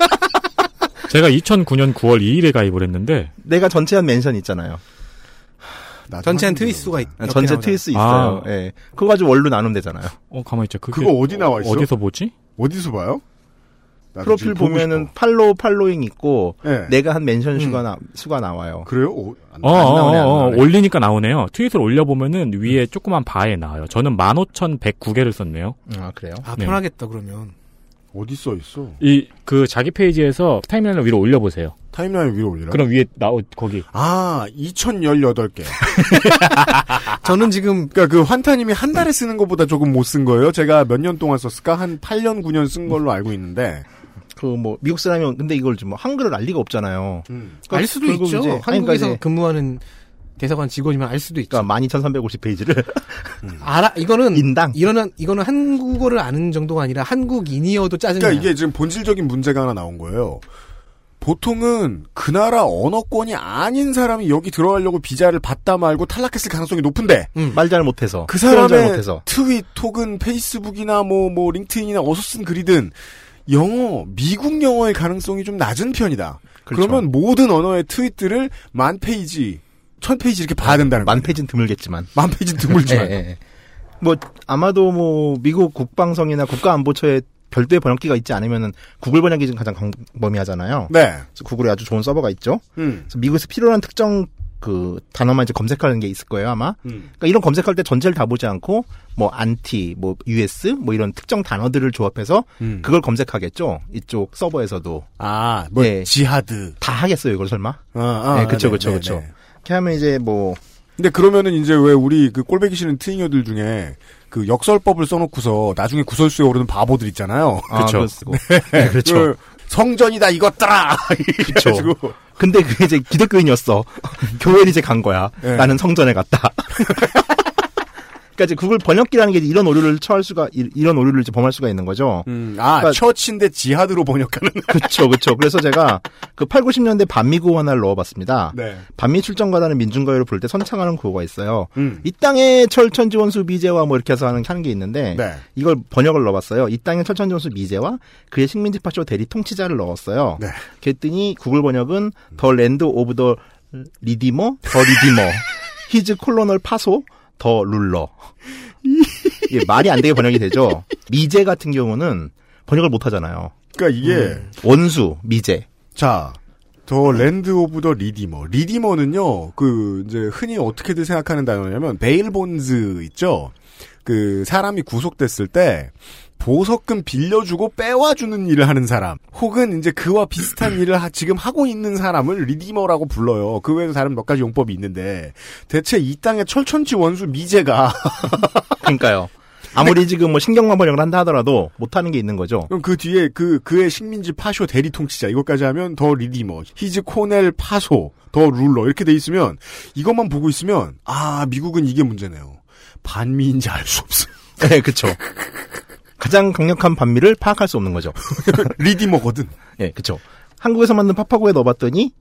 제가 2009년 9월 2일에 가입을 했는데
내가 전체한 멘션 있잖아요.
지금
전체한 트윗 수가 있,
아, 전체 트윗 수 있어요.
아.
예. 그거 가지고 원로 나누면 되잖아요.
어 가만 있자. 그게
그거 어디 나와 있어?
어디서 보지?
어디서 봐요? 나도
프로필
지금 보고
보면은
싶어.
팔로우 팔로잉 있고
예.
내가 한 멘션
음.
수가 나, 수가 나와요.
그래요? 오, 안
어,
나와.
어,
나오네, 안
어, 어,
나오네.
올리니까 나오네요. 트윗을 올려보면은 위에 조그만 바에 나와요. 저는 15,109개를 썼네요.
아 그래요?
아
네.
편하겠다 그러면.
어디 써 있어?
이, 그, 자기 페이지에서 타임라인을 위로 올려보세요.
타임라인 위로 올리라.
그럼 위에 나오, 거기.
아 2018개.
저는 지금
그러니까 그 환타님이 한 달에 쓰는 것보다 조금 못 쓴 거예요. 제가 몇 년 동안 썼을까? 한 8년, 9년 쓴 걸로 알고 있는데.
그 뭐 미국 사람이 근데 이걸 좀뭐 한글을 알 리가 없잖아요.
음.
그러니까
알 수도
결국
있죠.
이제- 아니, 그러니까
한국에서
이제-
근무하는 대사관 직원이면 알 수도 있죠.
그러니까 12,350페이지를
알아 이거는
그러니까 인당.
이거는 이거는 한국어를 아는 정도가 아니라 한국인이어도 짜증나.
그러니까 이게 지금 본질적인 문제가 하나 나온 거예요. 보통은 그 나라 언어권이 아닌 사람이 여기 들어가려고 비자를 받다 말고 탈락했을 가능성이 높은데
말 잘 못해서
그
표현 잘
사람의
못해서
트윗 혹은 페이스북이나 뭐 뭐 링크인이나 어서 쓴 글이든 영어 미국 영어의 가능성이 좀 낮은 편이다. 그러
그렇죠.
면 모든 언어의 트윗들을 만 페이지 천 페이지 이렇게 봐야 된다는
만 페이지는 드물겠지만.
만 페이지는 드물지만.
예, 예. 뭐 아마도 뭐 미국 국방성이나 국가안보처에 별도의 번역기가 있지 않으면은 구글 번역이 지금 가장 광범위하잖아요.
네.
그래서 구글에 아주 좋은 서버가 있죠.
음.
그래서 미국에서 필요한 특정 그 단어만 이제 검색하는 게 있을 거예요 아마.
음.
그러니까 이런 검색할 때 전체를 다 보지 않고 뭐 안티, 뭐 US, 뭐 이런 특정 단어들을 조합해서
음.
그걸 검색하겠죠. 이쪽 서버에서도
아, 뭐
예.
지하드.
다 하겠어요 이걸 설마?
아, 아,
네, 그쵸,
네,
그쵸,
네,
그쵸.
네.
이렇게 하면 이제 뭐
근데 그러면은 이제 왜 우리 그 꼴배기 싫은 트잉어들 중에 그 역설법을 써놓고서 나중에 구설수에 오르는 바보들 있잖아요.
아,
그쵸.
그거 쓰고. 네, 그렇죠.
그 성전이다 이것들아.
그쵸.
그래가지고
근데 그게 이제 기독교인이었어. 교회를 이제 간 거야.
네.
나는 성전에 갔다. 그러니까 이제 구글 번역기라는 게 이제 이런 오류를 처할 수가 이- 이런 오류를 이제 범할 수가 있는 거죠.
음, 아
그러니까-
처치인데 지하드로 번역하는.
그렇죠, 그렇죠. 그래서 제가 그 8, 90년대 반미구 하나를 넣어봤습니다.
네.
반미 출전가라는 민중가요를 부를 때 선창하는 구호가 있어요.
음.
이 땅에 철천지원수 미제와 뭐 이렇게 해서 하는 하는 게 있는데
네.
이걸 번역을 넣어봤어요. 이 땅에 철천지원수 미제와 그의 식민지 파쇼 대리 통치자를 넣었어요.
네.
그랬더니 구글 번역은 더 랜드 오브 더 리디머, 더 리디머, 히즈 콜로널 파소, 더 룰러. 이게 말이 안 되게 번역이 되죠. 미제 같은 경우는 번역을 못 하잖아요.
그러니까 이게
음. 원수, 미제.
자. 더 랜드 오브 더 리디머. 리디머는요, 그, 이제, 흔히 어떻게들 생각하는 단어냐면, 베일 본즈 있죠? 그, 사람이 구속됐을 때, 보석금 빌려주고 빼와주는 일을 하는 사람, 혹은 이제 그와 비슷한 일을 하- 지금 하고 있는 사람을 리디머라고 불러요. 그 외에도 다른 몇 가지 용법이 있는데, 대체 이 땅의 철천지 원수 미제가,
그러니까요. 아무리 지금 뭐 신경만 번역을 한다 하더라도 못하는 게 있는 거죠.
그럼 그 뒤에 그, 그의 식민지 파쇼 대리 통치자, 이것까지 하면 더 리디머, 히즈 코넬 파소, 더 룰러, 이렇게 돼 있으면, 이것만 보고 있으면, 아, 미국은 이게 문제네요. 반미인지 알 수 없어.
네, 그쵸. 가장 강력한 반미를 파악할 수 없는 거죠.
리디머거든.
예, 그쵸. 한국에서 만든 파파고에 넣어봤더니,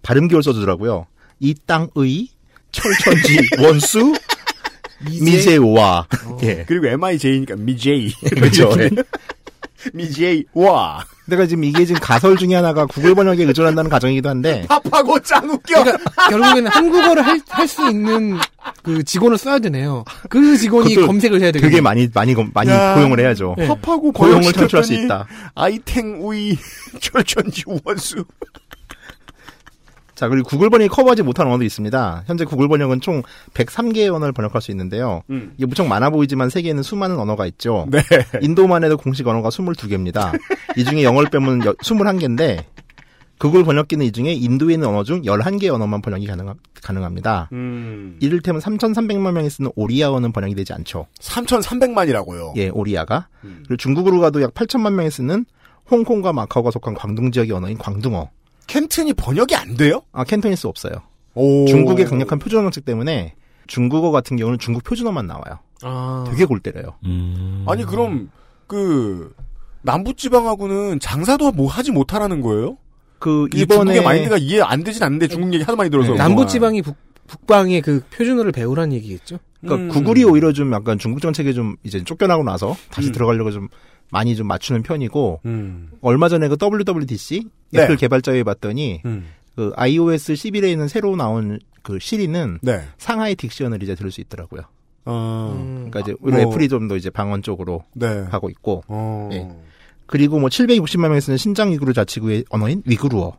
발음기를 써주더라고요. 이 땅의 철천지 원수 미제와. 예.
그리고 MIJ니까 미제이.
그쵸. 예.
미제이, 와.
내가 지금 이게 지금 가설 중에 하나가 구글 번역에 의존한다는 가정이기도
아,
한데,
파파고 짱 웃겨!
그러니까 결국에는 한국어를 할 수 있는 그 직원을 써야 되네요. 그 직원이
그것도
검색을 해야 되겠네요.
되게 많이, 많이, 검- 많이
야. 예.
고용을 해야죠.
네.
파파고
고용을 탈출할 수 있다.
아이탱 우이 철천지 원수.
자, 그리고 구글 번역이 커버하지 못한 언어도 있습니다. 현재 구글 번역은 총 103개의 언어를 번역할 수 있는데요. 이게 무척 많아 보이지만 세계에는 수많은 언어가 있죠.
네.
인도만 해도 공식 언어가 22개입니다. 이 중에 영어를 빼면 여- 21개인데 구글 번역기는 이 중에 인도에 있는 언어 중 11개 언어만 번역이 가능하, 가능합니다. 이를테면 3,300만 명이 쓰는 오리아어는 번역이 되지 않죠.
3,300만이라고요.
예, 오리아가. 그리고 중국으로 가도 약 8천만 명이 쓰는 홍콩과 마카오가 속한 광둥 지역의 언어인 광둥어.
캔튼이 번역이 안 돼요?
아, 캔토니스 없어요.
오.
중국의 강력한 표준어 정책 때문에 중국어 같은 경우는 중국 표준어만 나와요.
아,
되게 골 때려요.
음. 아니 그럼 그 남부지방하고는 장사도 뭐 하지 못하라는 거예요?
그
이게
이번에
중국의 마인드가 이해 안 되진 않는데 중국 얘기 하도 많이 들어서
네,
그동안.
남부지방이 북, 북방의 그 표준어를 배우란 얘기겠죠?
그러니까
음.
구글이 오히려 좀 약간 중국 정책에 좀 이제 쫓겨나고 나서 다시
음.
들어가려고 좀 많이 좀 맞추는 편이고
음.
얼마 전에 그 WWDC
네.
애플 개발자회 봤더니
음.
그 iOS 11에 있는 새로 나온 그 시리는
네.
상하이 딕션을 이제 들을 수 있더라고요.
어.
음.
그러니까 이제 오히려
뭐.
애플이 좀 더 이제 방언 쪽으로
네.
가고 있고
어.
예. 그리고 뭐 760만 명이 쓰는 신장 위구르 자치구의 언어인 위구르어,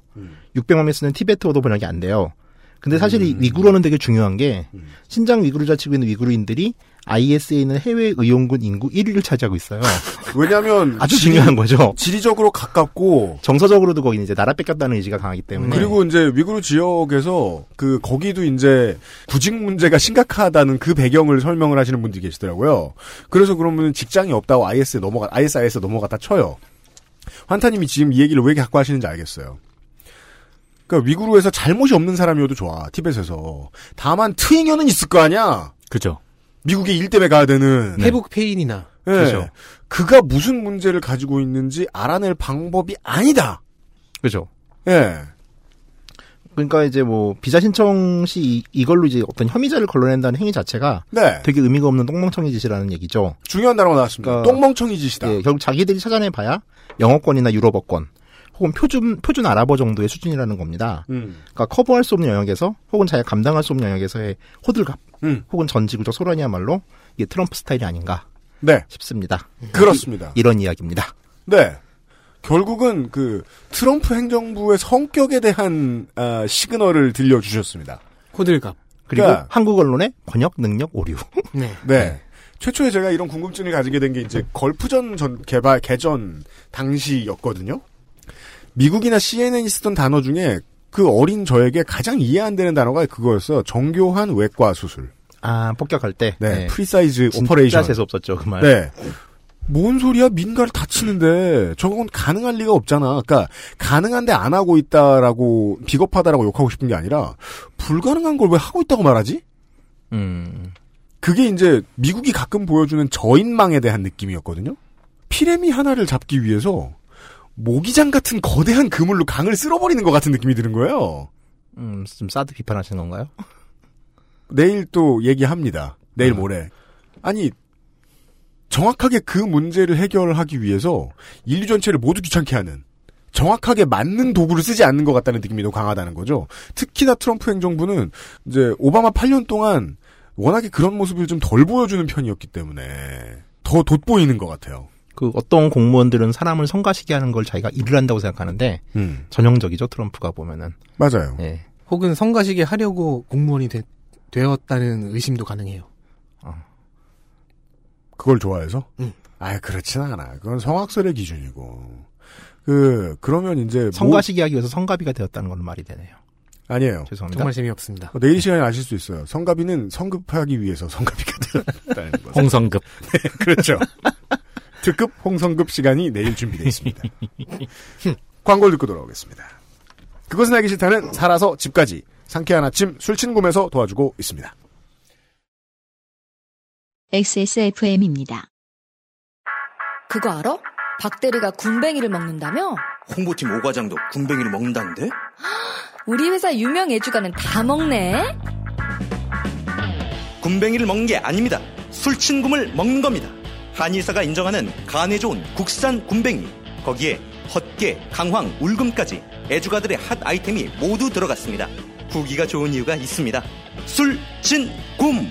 600만 명이 쓰는 티베트어도 번역이 안 돼요. 근데 사실 이 위구르어는 되게 중요한 게 신장 위구르 자치구에 있는 위구르인들이 IS에 있는 해외 의용군 인구 1위를 차지하고 있어요.
왜냐하면
아주 중요한 거죠.
지리적으로 가깝고
정서적으로도 거기는 이제 나라 뺏겼다는 의지가 강하기 때문에.
그리고 이제 위구르 지역에서 그 거기도 이제 구직 문제가 심각하다는 그 배경을 설명을 하시는 분들이 계시더라고요. 그래서 그러면 직장이 없다고 IS에 넘어가 ISIS에 넘어갔다 쳐요. 환타님이 지금 이 얘기를 왜 이렇게 갖고 하시는지 알겠어요. 그러니까 위구르에서 잘못이 없는 사람이어도 좋아 티벳에서 다만 트잉여는 있을 거 아니야.
그죠.
미국에 일 때문에 가야 되는
네.
태북 페인이나
예.
그죠.
그가 무슨 문제를 가지고 있는지 알아낼 방법이 아니다.
그죠.
예.
그러니까 이제 뭐 비자 신청 시 이- 이걸로 이제 어떤 혐의자를 걸러낸다는 행위 자체가
네.
되게 의미가 없는 똥멍청이 짓이라는 얘기죠.
중요한 단어가 나왔습니다.
그러니까-
똥멍청이 짓이다.
예, 결국 자기들이 찾아내봐야 영어권이나 유럽어권 혹은 표준 표준 아랍어 정도의 수준이라는 겁니다.
음.
그러니까 커버할 수 없는 영역에서 혹은 자기가 감당할 수 없는 영역에서의 호들갑
음.
혹은 전지구적 소란이야말로 이게 트럼프 스타일이 아닌가
네.
싶습니다.
그렇습니다.
이, 런 이야기입니다.
네. 결국은 그 트럼프 행정부의 성격에 대한 아, 시그널을 들려주셨습니다.
호들갑.
그리고
그러니까-
한국 언론의 번역 능력 오류.
네.
네. 최초에 제가 이런 궁금증을 가지게 된 게 이제 걸프전 전 개발 개전 당시였거든요. 미국이나 CNN이 쓰던 단어 중에 그 어린 저에게 가장 이해 안 되는 단어가 그거였어요. 정교한 외과 수술.
아 폭격할 때
네. 프리사이즈
진짜
오퍼레이션.
재수 없었죠 그 말.
네. 뭔 소리야? 민가를 다치는데 저건 가능할 리가 없잖아. 그러니까 가능한데 안 하고 있다라고 비겁하다라고 욕하고 싶은 게 아니라 불가능한 걸 왜 하고 있다고 말하지?
음.
그게 이제 미국이 가끔 보여주는 저인망에 대한 느낌이었거든요. 피레미 하나를 잡기 위해서 모기장 같은 거대한 그물로 강을 쓸어버리는 것 같은 느낌이 드는 거예요.
음, 좀 사드 비판하시는 건가요?
내일 또 얘기합니다. 내일
아.
모레. 아니 정확하게 그 문제를 해결하기 위해서 인류 전체를 모두 귀찮게 하는 정확하게 맞는 도구를 쓰지 않는 것 같다는 느낌이 너무 강하다는 거죠. 특히나 트럼프 행정부는 이제 오바마 8년 동안 워낙에 그런 모습을 좀 덜 보여주는 편이었기 때문에 더 돋보이는 것 같아요.
그 어떤 공무원들은 사람을 성가시게 하는 걸 자기가 일을 한다고 생각하는데
음,
전형적이죠 트럼프가 보면은.
맞아요.
예.
혹은 성가시게 하려고 공무원이 되, 되었다는 의심도 가능해요.
그걸 좋아해서?
음.
아, 그렇진 않아. 그건 성악설의 기준이고. 그 그러면 이제 뭐-
성가시게 하기 위해서 성가비가 되었다는 건 말이 되네요.
아니에요.
죄송합니다.
정말 재미없습니다.
어, 내일 시간에 아실 수 있어요. 성가비는 성급하기 위해서 성가비가 되었다는 거죠.
홍성급.
그렇죠. 특급 홍성급 시간이 내일 준비되어 있습니다. 광고를 듣고 돌아오겠습니다. 그것은 알기 싫다는 살아서 집까지 상쾌한 아침 술친구에서 도와주고 있습니다.
XSFM입니다.
그거 알아? 박대리가 군뱅이를 먹는다며?
홍보팀 오과장도 군뱅이를 먹는다는데?
우리 회사 유명 애주가는 다 먹네?
군뱅이를 먹는 게 아닙니다. 술친굼을 먹는 겁니다. 한의사가 인정하는 간에 좋은 국산 군뱅이. 거기에 헛개, 강황, 울금까지 애주가들의 핫 아이템이 모두 들어갔습니다. 후기가 좋은 이유가 있습니다. 술친굼!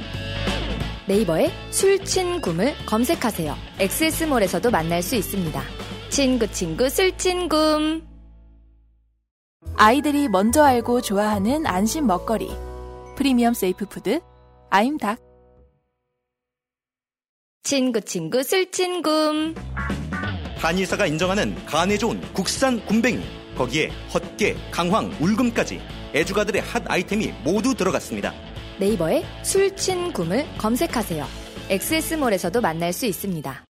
네이버에 술친굼을 검색하세요. XS몰에서도 만날 수 있습니다. 친구 친구 술친굼.
아이들이 먼저 알고 좋아하는 안심 먹거리. 프리미엄 세이프 푸드 아임닭.
친구 친구 술친굼.
한의사가 인정하는 간에 좋은 국산 군뱅이. 거기에 헛개, 강황, 울금까지 애주가들의 핫 아이템이 모두 들어갔습니다.
네이버에 술친굼을 검색하세요. XS몰에서도 만날 수 있습니다.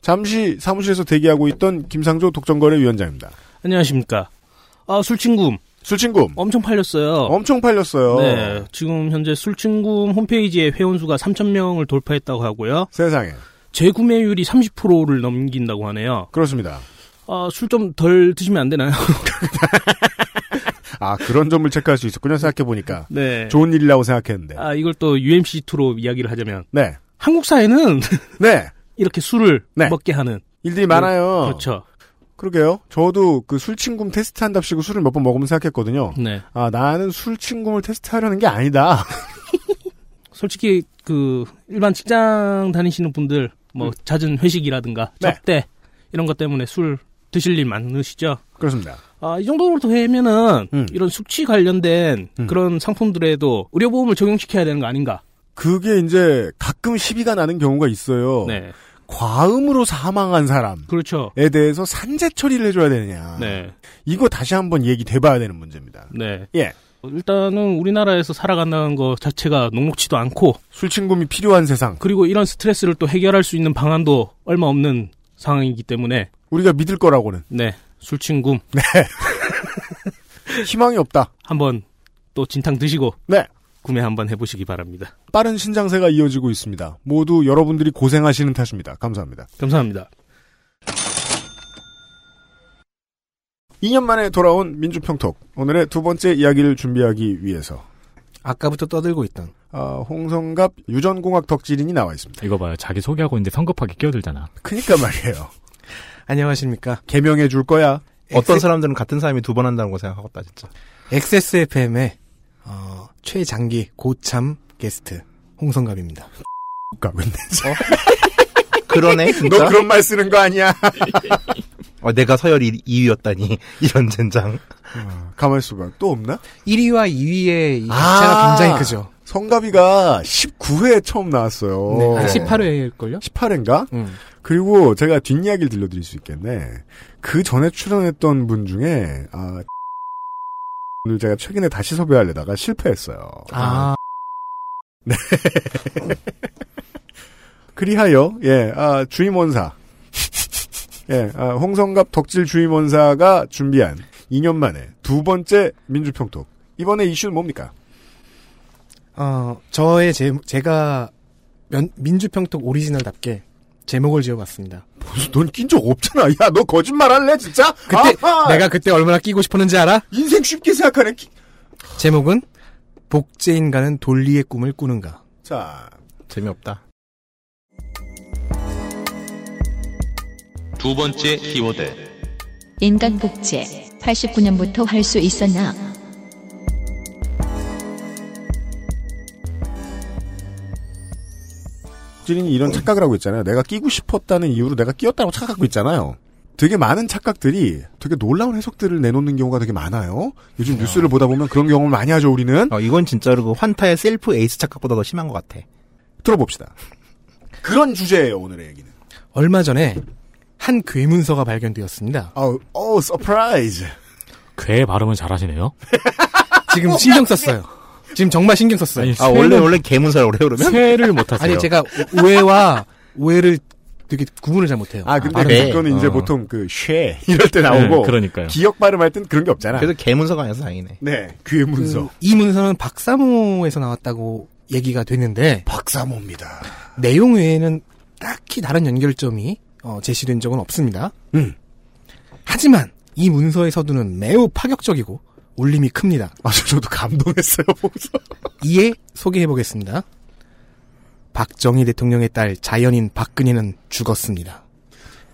잠시 사무실에서 대기하고 있던 김상조 독점거래위원장입니다.
안녕하십니까. 아, 술친구
술친구
엄청 팔렸어요.
엄청 팔렸어요.
네, 지금 현재 술친구 홈페이지에 회원수가 3,000명을 돌파했다고 하고요.
세상에
재구매율이 30%를 넘긴다고 하네요.
그렇습니다.
아, 술 좀 덜 드시면 안 되나요?
아 그런 점을 체크할 수 있었군요. 생각해 보니까
네.
좋은 일이라고 생각했는데.
아, 이걸 또 UMC2로 이야기를 하자면
네,
한국 사회는
네
이렇게 술을
네.
먹게 하는
일들이 많아요.
그렇죠.
그러게요. 저도 그 술친굼 테스트 한답시고 술을 몇 번 먹으면 생각했거든요.
네.
아, 나는 술친굼을 테스트하려는 게 아니다.
솔직히 그 일반 직장 다니시는 분들 뭐 잦은 회식이라든가
네.
접대 이런 것 때문에 술 드실 일 많으시죠?
그렇습니다.
아, 이 정도로 되면은
음.
이런 숙취 관련된
음.
그런 상품들에도 의료 보험을 적용시켜야 되는 거 아닌가?
그게 이제 가끔 시비가 나는 경우가 있어요.
네.
과음으로 사망한 사람에
그렇죠.
대해서 산재 처리를 해줘야 되느냐.
네.
이거 다시 한번 얘기 돼봐야 되는 문제입니다.
네.
예.
일단은 우리나라에서 살아간다는 거 자체가 녹록지도 않고
술친굼이 필요한 세상.
그리고 이런 스트레스를 또 해결할 수 있는 방안도 얼마 없는 상황이기 때문에
우리가 믿을 거라고는
네. 술친구
희망이 없다.
한번 또 진탕 드시고
네.
구매 한번 해보시기 바랍니다.
빠른 신장세가 이어지고 있습니다. 모두 여러분들이 고생하시는 탓입니다. 감사합니다.
감사합니다.
2년 만에 돌아온 민주평톡. 오늘의 두 번째 이야기를 준비하기 위해서
아까부터 떠들고 있던
아, 홍성갑 유전공학 덕질인이 나와 있습니다.
이거 봐요. 자기 소개하고 있는데 성급하게 끼어들잖아.
그니까 말이에요.
안녕하십니까.
개명해 줄 거야.
어떤 사람들은 같은 사람이 두 번 한다고 생각하겠다 진짜.
XSFM의 어, 최장기 고참 게스트 홍성갑입니다.
가고 있네.
그러네. 진짜?
너 그런 말 쓰는 거 아니야?
어, 내가 서열 2위였다니 이런 젠장.
아, 가만 있어봐. 또 없나?
1위와 2위의 격차가 굉장히 크죠.
성가비가 19회 처음 나왔어요.
네, 한 18회일걸요?
18회인가?
음.
그리고 제가 뒷이야기를 들려드릴 수 있겠네. 그 전에 출연했던 분 중에, 아, 오늘 제가 최근에 다시 섭외하려다가 실패했어요.
아.
네. 그리하여, 예, 아, 주임원사. 예, 아, 홍성갑 덕질 주임원사가 준비한 2년 만에 두 번째 민주평톡. 이번에 이슈는 뭡니까?
어, 저의 제, 제가 면- 민주평통 오리지널답게 제목을 지어봤습니다.
무슨 넌 낀 적 없잖아. 야, 너 거짓말 할래, 진짜?
그때
아하!
내가 그때 얼마나 끼고 싶었는지 알아?
인생 쉽게 생각하네. 끼-
제목은 복제인간은 돌리의 꿈을 꾸는가.
자,
재미없다.
두 번째 키워드.
인간 복제 89년부터 할 수 있었나?
덕질인이 이런 착각을 하고 있잖아요. 내가 끼고 싶었다는 이유로 내가 끼었다고 착각하고 있잖아요. 되게 많은 착각들이 되게 놀라운 해석들을 내놓는 경우가 되게 많아요. 요즘 뉴스를 보다 보면 그런 경험을 많이 하죠, 우리는.
어, 이건 진짜로 그 환타의 셀프 에이스 착각보다 더 심한 것 같아.
들어봅시다. 그런 주제예요, 오늘의 얘기는.
얼마 전에 한 괴문서가 발견되었습니다.
아우, 어, 서프라이즈.
괴 발음은 잘하시네요.
지금 신경 썼어요. 지금 정말 신경 썼어요.
아니,
아 원래 원래 개문사라고 그래요 그러면?
새를 못하세요.
아니 제가 오해와 오해를 되게 구분을 잘 못해요.
아, 근데
그래.
그거는 이제
어.
보통 그, 쉐, 이럴 때 나오고.
네, 그러니까요.
기억 발음할 땐 그런 게 없잖아.
그래도 개문서가 아니어서 다행이네.
네, 귀의 문서.
그, 이 문서는 박사모에서 나왔다고 얘기가 되는데
박사모입니다.
내용 외에는 딱히 다른 연결점이 어, 제시된 적은 없습니다.
음.
하지만 이 문서의 서두는 매우 파격적이고 울림이 큽니다.
아, 저- 저도 감동했어요, 보면서.
이에 소개해 보겠습니다. 박정희 대통령의 딸 자연인 박근혜는 죽었습니다.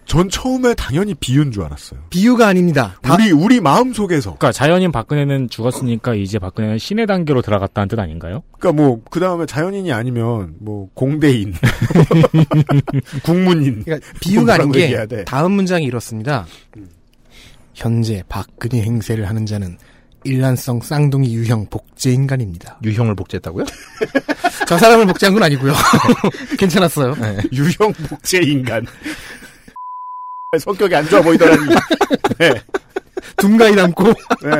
전 처음에 당연히 비유인 줄 알았어요.
비유가 아닙니다. 다-
우리, 우리 마음 속에서.
그러니까 자연인 박근혜는 죽었으니까 이제 박근혜는 신의 단계로 들어갔다는 뜻 아닌가요?
그러니까 뭐, 그 다음에 자연인이 아니면, 뭐, 공대인. 국문인.
그러니까 비유가 아닌
뭐라고 얘기해야 네.
게
돼?
다음 문장이 이렇습니다. 현재 박근혜 행세를 하는 자는 일란성 쌍둥이 유형 복제 인간입니다.
유형을 복제했다고요?
저 사람을 복제한 건 아니고요. 괜찮았어요.
네. 유형 복제 인간. 성격이 안 좋아 보이더라니. 네,
둠가이 담고
네.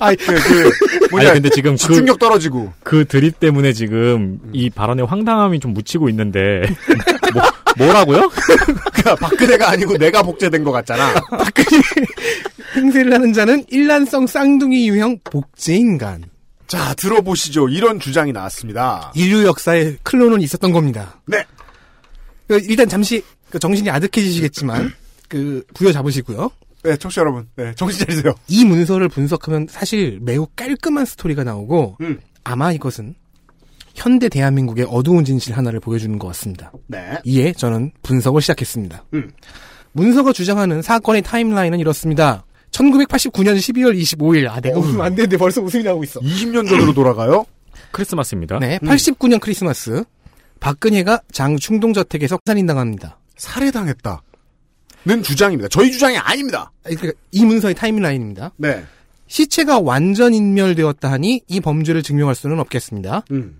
아, 그, 그, 뭐냐.
아니 근데 지금 그,
집중력 떨어지고.
그 드립 때문에 지금 이 발언의 황당함이 좀 묻히고 있는데 뭐, 뭐라고요?
그니까, 그러니까 박근혜가 아니고 내가 복제된 것 같잖아.
행세를 하는 자는 일란성 쌍둥이 유형 복제 인간.
자, 들어보시죠. 이런 주장이 나왔습니다.
인류 역사에 클론은 있었던 겁니다.
네.
그 일단 잠시 그 정신이 아득해지시겠지만 그 부여 잡으시고요.
네, 청취자 여러분. 네, 정신 차리세요.
이 문서를 분석하면 사실 매우 깔끔한 스토리가 나오고
음.
아마 이것은 현대 대한민국의 어두운 진실 하나를 보여주는 것 같습니다.
네.
이에 저는 분석을 시작했습니다.
음.
문서가 주장하는 사건의 타임라인은 이렇습니다. 1989년 12월 25일. 아, 내가 웃으면 안 되는데 벌써 웃음이 나오고 있어.
20년 전으로 돌아가요? 음.
크리스마스입니다.
네, 89년 크리스마스. 박근혜가 장충동 저택에서 살인당합니다.
살해당했다. 는 주장입니다. 저희 주장이 아닙니다.
아니, 그러니까 이 문서의 타임라인입니다.
네.
시체가 완전 인멸되었다 하니 이 범죄를 증명할 수는 없겠습니다.
음.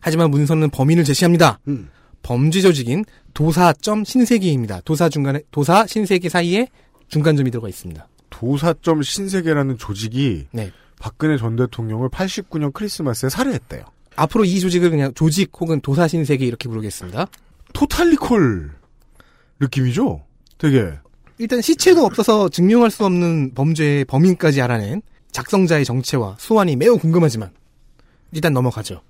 하지만 문서는 범인을 제시합니다.
음.
범죄 조직인 도사 점 신세계입니다. 도사 중간에 도사 신세계 사이에 중간점이 들어가 있습니다.
도사점 신세계라는 조직이
네.
박근혜 전 대통령을 89년 크리스마스에 살해했대요.
앞으로 이 조직을 그냥 조직 혹은 도사 신세계 이렇게 부르겠습니다.
토탈리콜 느낌이죠? 되게.
일단 시체도 없어서 증명할 수 없는 범죄의 범인까지 알아낸 작성자의 정체와 소환이 매우 궁금하지만 일단 넘어가죠.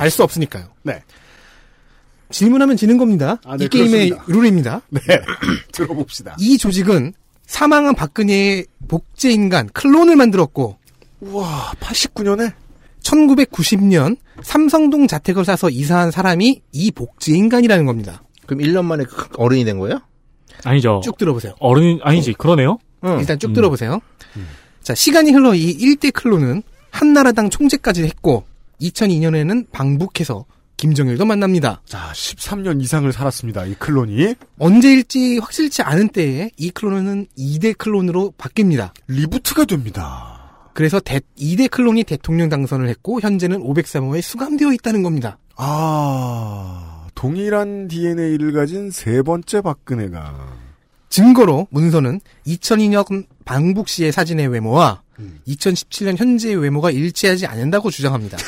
알 수 없으니까요.
네.
질문하면 지는 겁니다.
아, 네,
이 게임의
그렇습니다.
룰입니다.
네. 들어봅시다.
이 조직은 사망한 박근혜의 복제 인간 클론을 만들었고
우와, 89년에?
1990년 삼성동 자택을 사서 이사한 사람이 이 복지 인간이라는 겁니다.
그럼 1년 만에 그- 어른이 된 거예요?
아니죠.
쭉 들어보세요.
어른 아니지 그러네요.
일단
음.
쭉 들어보세요. 자, 시간이 흘러 이 1대 클로는 한나라당 총재까지 했고 2002년에는 방북해서 김정일도 만납니다.
자, 13년 이상을 살았습니다. 이 클론이
언제일지 확실치 않은 때에 이 클론은 2대 클론으로 바뀝니다.
리부트가 됩니다.
그래서 대, 2대 클론이 대통령 당선을 했고 현재는 503호에 수감되어 있다는 겁니다.
아, 동일한 DNA를 가진 세 번째 박근혜가
증거로 문서는 2002년 방북 시의 사진의 외모와
음.
2017년 현재의 외모가 일치하지 않는다고 주장합니다.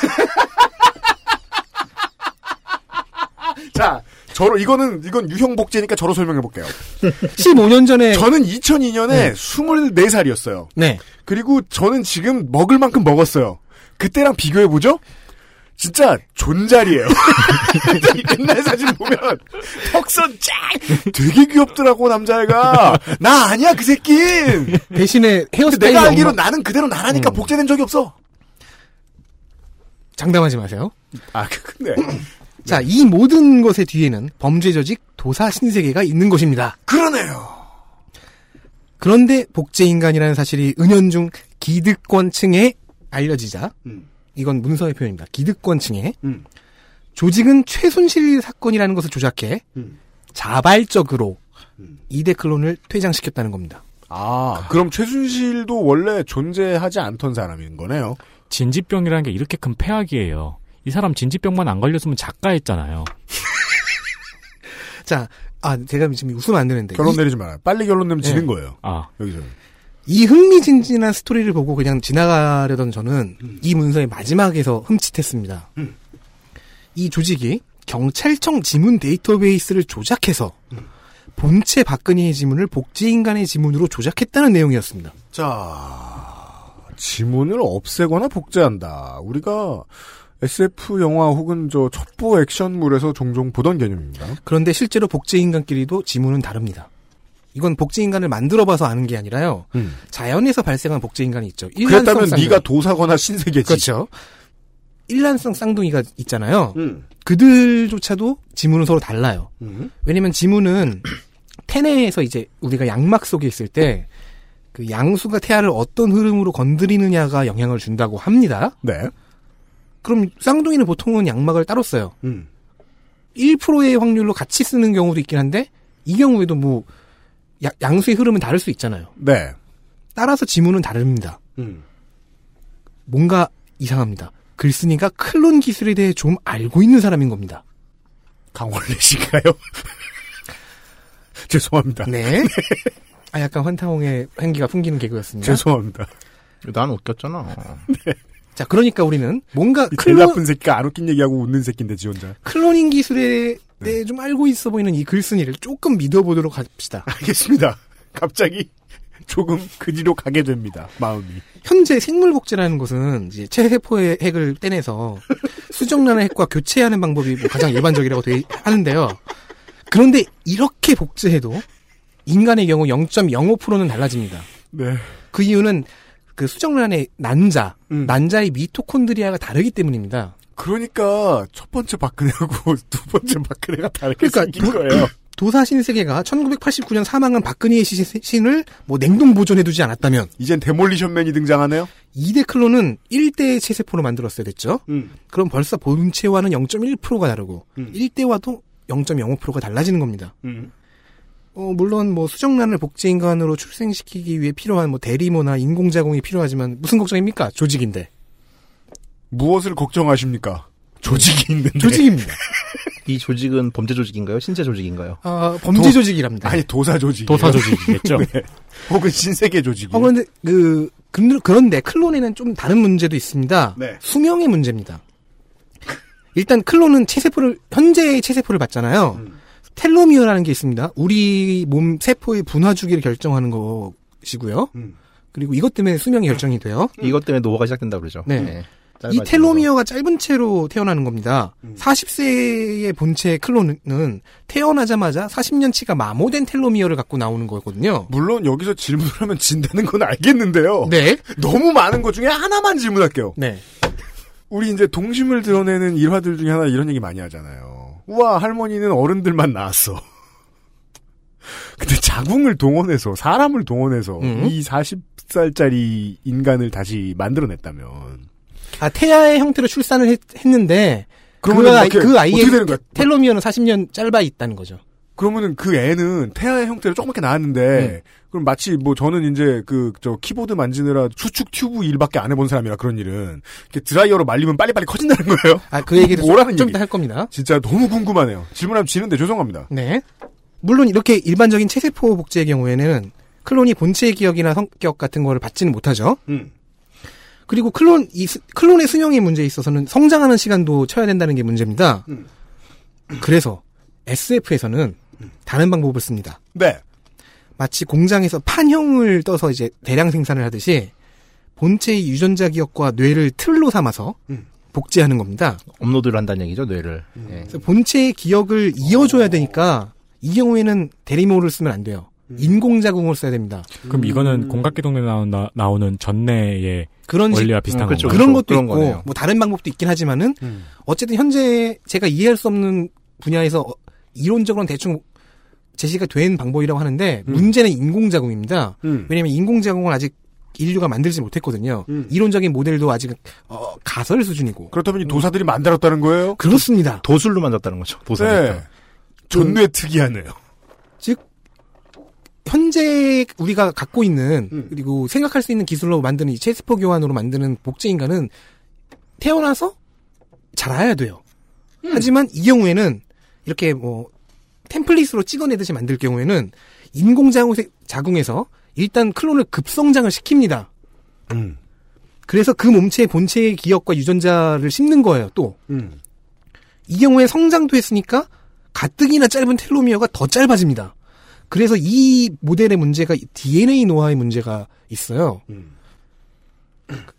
자, 저로 이거는 이건 유형 복제니까 저로 설명해 볼게요.
15년 전에
저는 2002년에
네.
24살이었어요.
네.
그리고 저는 지금 먹을 만큼 먹었어요. 그때랑 비교해 보죠. 진짜 존잘이에요. 옛날 사진 보면 턱선 쫙 되게 귀엽더라고 남자애가 나 아니야 그 새끼.
대신에 헤어스타일
내가 알기로 나는 그대로 나라니까 복제된 적이 없어.
장담하지 마세요.
아 그- 근데
자,
네.
이 모든 것의 뒤에는 범죄 조직 도사 신세계가 있는 것입니다.
그러네요.
그런데 복제 인간이라는 사실이 은연중 기득권층에 알려지자 이건 문서의 표현입니다. 기득권층에
음.
조직은 최순실 사건이라는 것을 조작해
음.
자발적으로 이대 클론을 퇴장시켰다는 겁니다.
아 그럼 최순실도 원래 존재하지 않던 사람인 거네요.
진지병이라는 게 이렇게 큰 폐악이에요. 이 사람 진지병만 안 걸렸으면 작가했잖아요.
자, 아 제가 지금 웃으면 안 되는데
결론
이-
내리지 말아요. 빨리 결론 내면 지는
네.
거예요.
아,
여기서
이 흥미진진한 스토리를 보고 그냥 지나가려던 저는 이 문서의 마지막에서 흠칫했습니다.
음.
이 조직이 경찰청 지문 데이터베이스를 조작해서 본체 박근혜의 지문을 복지인간의 지문으로 조작했다는 내용이었습니다.
자, 지문을 없애거나 복제한다. 우리가 SF 영화 혹은 저 첩보 액션물에서 종종 보던 개념입니다.
그런데 실제로 복제인간끼리도 지문은 다릅니다. 이건 복제인간을 만들어봐서 아는 게 아니라요.
음.
자연에서 발생한 복제인간이 있죠.
그랬다면
일란성
네가
쌍둥이.
도사거나 신세계지.
그렇죠. 일란성 쌍둥이가 있잖아요.
음.
그들조차도 지문은 서로 달라요.
음.
왜냐면 지문은 태내에서 이제 우리가 양막 속에 있을 때 그 양수가 태아를 어떤 흐름으로 건드리느냐가 영향을 준다고 합니다.
네.
그럼 쌍둥이는 보통은 양막을 따로 써요.
음.
1%의 확률로 같이 쓰는 경우도 있긴 한데 이 경우에도 뭐 야- 양수의 흐름은 다를 수 있잖아요.
네.
따라서 지문은 다릅니다.
음.
뭔가 이상합니다. 글쓴이가 클론 기술에 대해 좀 알고 있는 사람인 겁니다.
강원래 씨가요? 죄송합니다.
네. 아 약간 환타홍의 향기가 풍기는 개그였습니다.
죄송합니다.
난 웃겼잖아.
자, 그러니까 우리는 뭔가
이 제일
클론,
나쁜 새끼가 안 웃긴 얘기하고 웃는 새끼인데 지 혼자.
클로닝 기술에
네.
대해 좀 알고 있어 보이는 이 글쓴이를 조금 믿어보도록 합시다.
알겠습니다. 갑자기 조금 그 뒤로 가게 됩니다. 마음이.
현재 생물 복제라는 것은 이제 체세포의 핵을 떼내서 수정란의 핵과 교체하는 방법이 뭐 가장 일반적이라고 돼 하는데요. 그런데 이렇게 복제해도 인간의 경우 0.05%는 달라집니다.
네.
그 이유는 그 수정란의 난자,
음.
난자의 미토콘드리아가 다르기 때문입니다.
그러니까 첫 번째 박근혜하고 두 번째 박근혜가 다르게
그러니까
생긴 거예요.
도사신 세계가 1989년 사망한 박근혜의 시- 시신을 뭐 냉동 보존해두지 않았다면
이젠 데몰리션맨이 등장하네요.
2대 클론은 1대의 체세포로 만들었어야 됐죠. 그럼 벌써 본체와는 0.1%가 다르고
음.
1대와도 0.05%가 달라지는 겁니다. 어, 물론 뭐 수정란을 복제인간으로 출생시키기 위해 필요한 뭐 대리모나 인공자공이 필요하지만 무슨 걱정입니까? 조직인데.
네. 무엇을 걱정하십니까? 조직이 있는데.
조직입니다.
이 조직은 범죄 조직인가요? 신체 조직인가요?
아, 범죄
도-
조직이랍니다.
아니 도사 조직.
도사 조직이겠죠.
혹은 신세계 조직이.
어, 그런데 그 근- 그런데 클론에는 좀 다른 문제도 있습니다.
네.
수명의 문제입니다. 일단 클론은 체세포를 현재의 체세포를 받잖아요. 텔로미어라는 게 있습니다. 우리 몸 세포의 분화 주기를 결정하는 것이고요.
음.
그리고 이것 때문에 수명이 결정이 돼요.
이것 때문에 노화가 시작된다 그러죠.
네. 이
짧아지면서.
텔로미어가 짧은 채로 태어나는 겁니다. 40세의 본체 클론은 태어나자마자 40년치가 마모된 텔로미어를 갖고 나오는 거거든요.
물론 여기서 질문을 하면 진다는 건 알겠는데요.
네.
너무 많은 것 중에 하나만 질문할게요.
네.
우리 이제 동심을 드러내는 일화들 중에 하나 이런 얘기 많이 하잖아요. 우와 할머니는 어른들만 낳았어. 근데 자궁을 동원해서 사람을 동원해서
음.
이 40살짜리 인간을 다시 만들어냈다면
아 태아의 형태로 출산을 했, 는데
그러면
그, 아이,
어떻게-
그 아이의
어떻게 되는 거야?
텔로미어는 40년 짧아 있다는 거죠.
그러면은 그 애는 태아의 형태로 조그맣게 나왔는데
음.
그럼 마치 뭐 저는 이제 그 저 키보드 만지느라 수축 튜브 일밖에 안 해본 사람이라 그런 일은 이렇게 드라이어로 말리면 빨리빨리 커진다는 거예요.
아그 얘기를
음, 뭐라는
좀
얘기?
이따 할 겁니다.
진짜 너무 궁금하네요. 질문하면 지는데 죄송합니다.
네. 물론 이렇게 일반적인 체세포 복제의 경우에는 클론이 본체의 기억이나 성격 같은 거를 받지는 못하죠.
음.
그리고 클론 이 스- 클론의 수명의 문제에 있어서는 성장하는 시간도 쳐야 된다는 게 문제입니다.
음.
그래서 SF에서는
음.
다른 방법을 씁니다.
네.
마치 공장에서 판형을 떠서 이제 대량 생산을 하듯이 본체의 유전자 기억과 뇌를 틀로 삼아서 복제하는 겁니다.
업로드를 한다는 얘기죠, 뇌를. 예.
그래서 본체의 기억을 이어줘야 되니까 이 경우에는 대리모를 쓰면 안 돼요. 인공자궁을 써야 됩니다.
그럼
음.
이거는 공각기동에 나온다, 나오는 전내의
그런 식-
원리와
아,
비슷한
그렇죠.
건가요?
그런 것도
그런
있고
거네요.
뭐 다른 방법도 있긴 하지만은 어쨌든 현재 제가 이해할 수 없는 분야에서 어- 이론적으로는 대충 제시가 된 방법이라고 하는데 문제는 인공자궁입니다.
음.
왜냐하면 인공자궁은 아직 인류가 만들지 못했거든요. 이론적인 모델도 아직 어, 가설 수준이고
그렇다면 이 도사들이 만들었다는 거예요?
그렇습니다.
도술로 만들었다는 거죠. 도사니까.
네. 존뇌 특이하네요.
현재 우리가 갖고 있는 그리고 생각할 수 있는 기술로 만드는 이 체스퍼 교환으로 만드는 복제 인간은 태어나서 자라야 돼요. 하지만 이 경우에는 이렇게 뭐 템플릿으로 찍어내듯이 만들 경우에는 인공자궁에서 일단 클론을 급성장을 시킵니다.
음.
그래서 그 몸체의 본체의 기억과 유전자를 씹는 거예요. 또 이
음.
경우에 성장도 했으니까 가뜩이나 짧은 텔로미어가 더 짧아집니다. 그래서 이 모델의 문제가 DNA 노화의 문제가 있어요.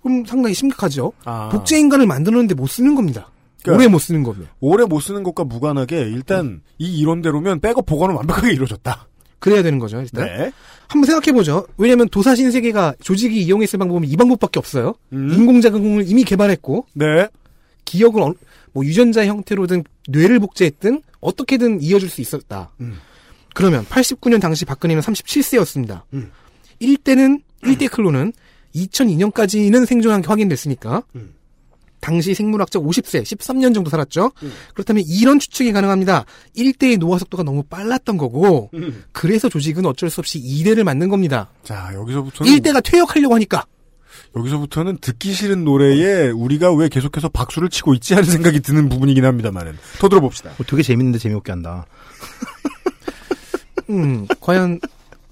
그럼 상당히 심각하죠.
아. 그러니까
복제 인간을 만들었는데 못 쓰는 겁니다. 오래 못 쓰는 거면.
오래 못 쓰는 것과 무관하게 일단 이 이론대로면 백업 보관은 완벽하게 이루어졌다.
그래야 되는 거죠, 일단.
네.
한번 생각해보죠. 왜냐면 하 도사신 세계가 조직이 이용했을 방법은 이 방법밖에 없어요.
음.
인공자궁을 이미 개발했고,
네.
기억을, 어- 뭐 유전자 형태로든 뇌를 복제했든 어떻게든 이어줄 수 있었다. 그러면 89년 당시 박근혜는 37세였습니다.
음.
1대는 1대 클론은 2002년까지는 생존한 게 확인됐으니까 당시 생물학적 50세, 13년 정도 살았죠. 그렇다면 이런 추측이 가능합니다. 1대의 노화 속도가 너무 빨랐던 거고 그래서 조직은 어쩔 수 없이 2대를 만든 겁니다.
자, 여기서부터는
1대가 퇴역하려고 하니까
여기서부터는 듣기 싫은 노래에 우리가 왜 계속해서 박수를 치고 있지 하는 생각이 드는 부분이긴 합니다만은 더 들어봅시다.
뭐 되게 재밌는데 재미없게 한다.
음, 과연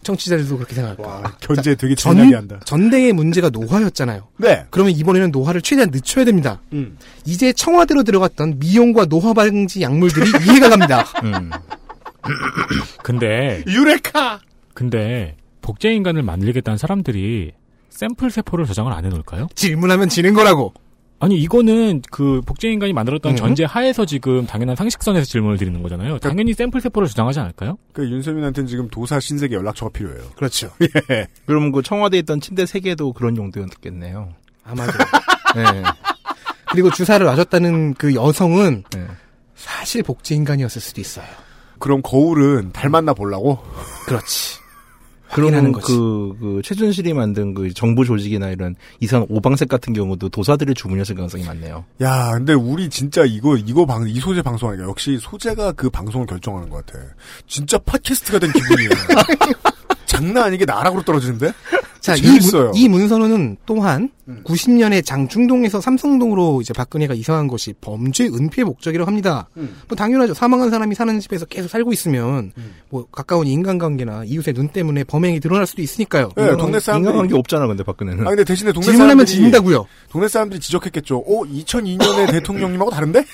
청취자들도 그렇게 생각할까?
견제 되게
전-
진하게 한다.
전대의 문제가 노화였잖아요.
네.
그러면 이번에는 노화를 최대한 늦춰야 됩니다.
음.
이제 청와대로 들어갔던 미용과 노화 방지 약물들이 이해가 갑니다.
근데
유레카.
근데 복제 인간을 만들겠다는 사람들이 샘플 세포를 저장을 안 해놓을까요?
질문하면 지는 거라고.
아니 이거는 그 복제 인간이 만들었다는
음.
전제 하에서 지금 당연한 상식선에서 질문을 드리는 거잖아요. 당연히 샘플 세포를 저장하지 않을까요?
그 윤세민한테는 지금 도사 신세계 연락처가 필요해요.
그렇죠.
예.
그럼 그 청와대에 있던 침대 세 개도 그런 용도였겠네요.
아마도.
네.
그리고 주사를 맞았다는 그 여성은
네.
사실 복제 인간이었을 수도 있어요.
그럼 거울은 닮았나 보려고?
그렇지.
그러면
확인하는 거지.
그, 그 최준실이 만든 그 정부 조직이나 이런 이상 오방색 같은 경우도 도사들의 주문이었을 가능성이 많네요.
야, 근데 우리 진짜 이거 이거 방 이 소재 방송하니까 역시 소재가 그 방송을 결정하는 것 같아. 진짜 팟캐스트가 된 기분이에요. 장난 아니게 나락으로 떨어지는데?
자, 이,
재밌어요. 음.
문, 이 문서로는 또한 90년에 장충동에서 삼성동으로 이제 박근혜가 이사한 것이 범죄 은폐 목적이라고 합니다.
음.
뭐 당연하죠. 사망한 사람이 사는 집에서 계속 살고 있으면 뭐 가까운 인간관계나 이웃의 눈 때문에 범행이 드러날 수도 있으니까요.
예, 동네 사람들이-
인간관계 없잖아, 근데 박근혜는.
아 근데 대신에 동네
질문하면
사람들이-
진다고요.
동네 사람들이 지적했겠죠. 어, 2002년에 대통령님하고 다른데?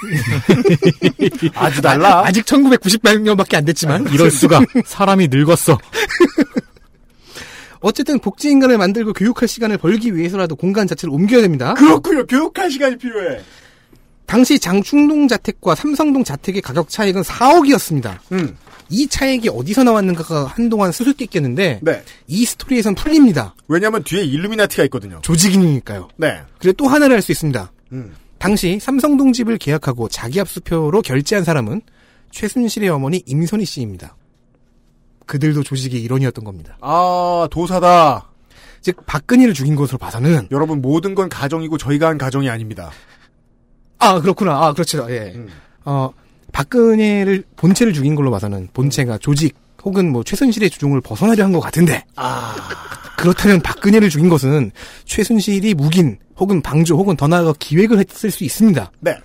아주 아. 달라.
아직 1998년밖에 안 됐지만
이럴 수가 사람이 늙었어.
어쨌든 복지 인간을 만들고 교육할 시간을 벌기 위해서라도 공간 자체를 옮겨야 됩니다.
그렇군요. 교육할 시간이 필요해.
당시 장충동 자택과 삼성동 자택의 가격 차익은 4억이었습니다.
음.
이 차액이 어디서 나왔는가가 한동안 수수께끼였는데
네.
이 스토리에선 풀립니다.
왜냐하면 뒤에 일루미나티가 있거든요.
조직이니까요.
네.
그리고 또 하나를 할 수 있습니다.
음.
당시 삼성동 집을 계약하고 자기 압수표로 결제한 사람은 최순실의 어머니 임선희 씨입니다. 그들도 조직의 일원이었던 겁니다.
아 도사다.
즉 박근혜를 죽인 것으로 봐서는
여러분 모든 건 가정이고 저희가 한 가정이 아닙니다.
아 그렇구나. 아 그렇죠. 예.
음.
어 박근혜를 본체를 죽인 걸로 봐서는 본체가
음.
조직 혹은 뭐 최순실의 주종을 벗어나려 한 것 같은데.
아
그렇다면 박근혜를 죽인 것은 최순실이 묵인 혹은 방조 혹은 더 나아가 기획을 했을 수 있습니다.
네.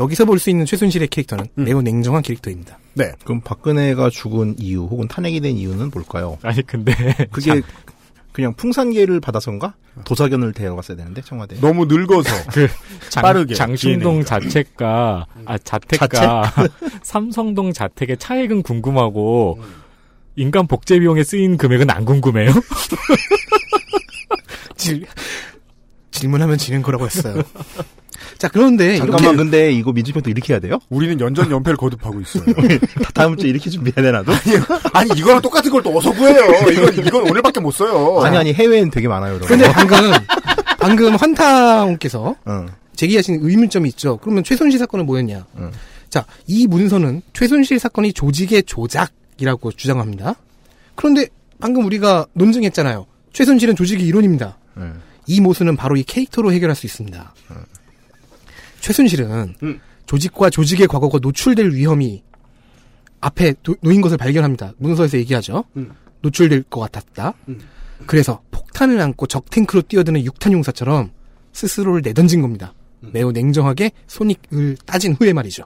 여기서 볼 수 있는 최순실의 캐릭터는
음.
매우 냉정한 캐릭터입니다.
네.
그럼 박근혜가 죽은 이유 혹은 탄핵이 된 이유는 뭘까요?
아니 근데
그게 그냥 풍산계를 받아서인가? 도사견을 데려갔어야 되는데 청와대.
뭐,
너무 늙어서
그 장,
빠르게 DNA
장충동
가.
자택과 아 자택과 삼성동 자택의 차액은 궁금하고 인간 복제 비용에 쓰인 금액은 안 궁금해요?
질, 질문하면 지는 거라고 했어요. 자, 그런데
잠깐만
네, 이렇게
근데 이거 민주평도 이렇게 해야 돼요?
우리는 연전 연패를 거듭하고 있어요.
네.
다- 다음 주에 이렇게 준비해야 되나 도
아니 이거랑 똑같은 걸 또 어서 구해요. 이건 이건 오늘밖에 못 써요.
아니 아니 해외엔 되게 많아요. 이런
근데
거.
방금 방금 환타옹께서
응.
제기하신 의문점이 있죠. 그러면 최순실 사건은 뭐였냐?
음.
자, 이 문서는 최순실 사건이 조직의 조작이라고 주장합니다. 그런데 방금 우리가 논증했잖아요. 최순실은 조직의 일원입니다.
응.
이 모순은 바로 이 캐릭터로 해결할 수 있습니다. 최순실은
음.
조직과 조직의 과거가 노출될 위험이 앞에 노, 놓인 것을 발견합니다. 문서에서 얘기하죠.
음.
노출될 것 같았다.
음.
그래서 폭탄을 안고 적탱크로 뛰어드는 육탄 용사처럼 스스로를 내던진 겁니다.
음.
매우 냉정하게 손익을 따진 후에 말이죠.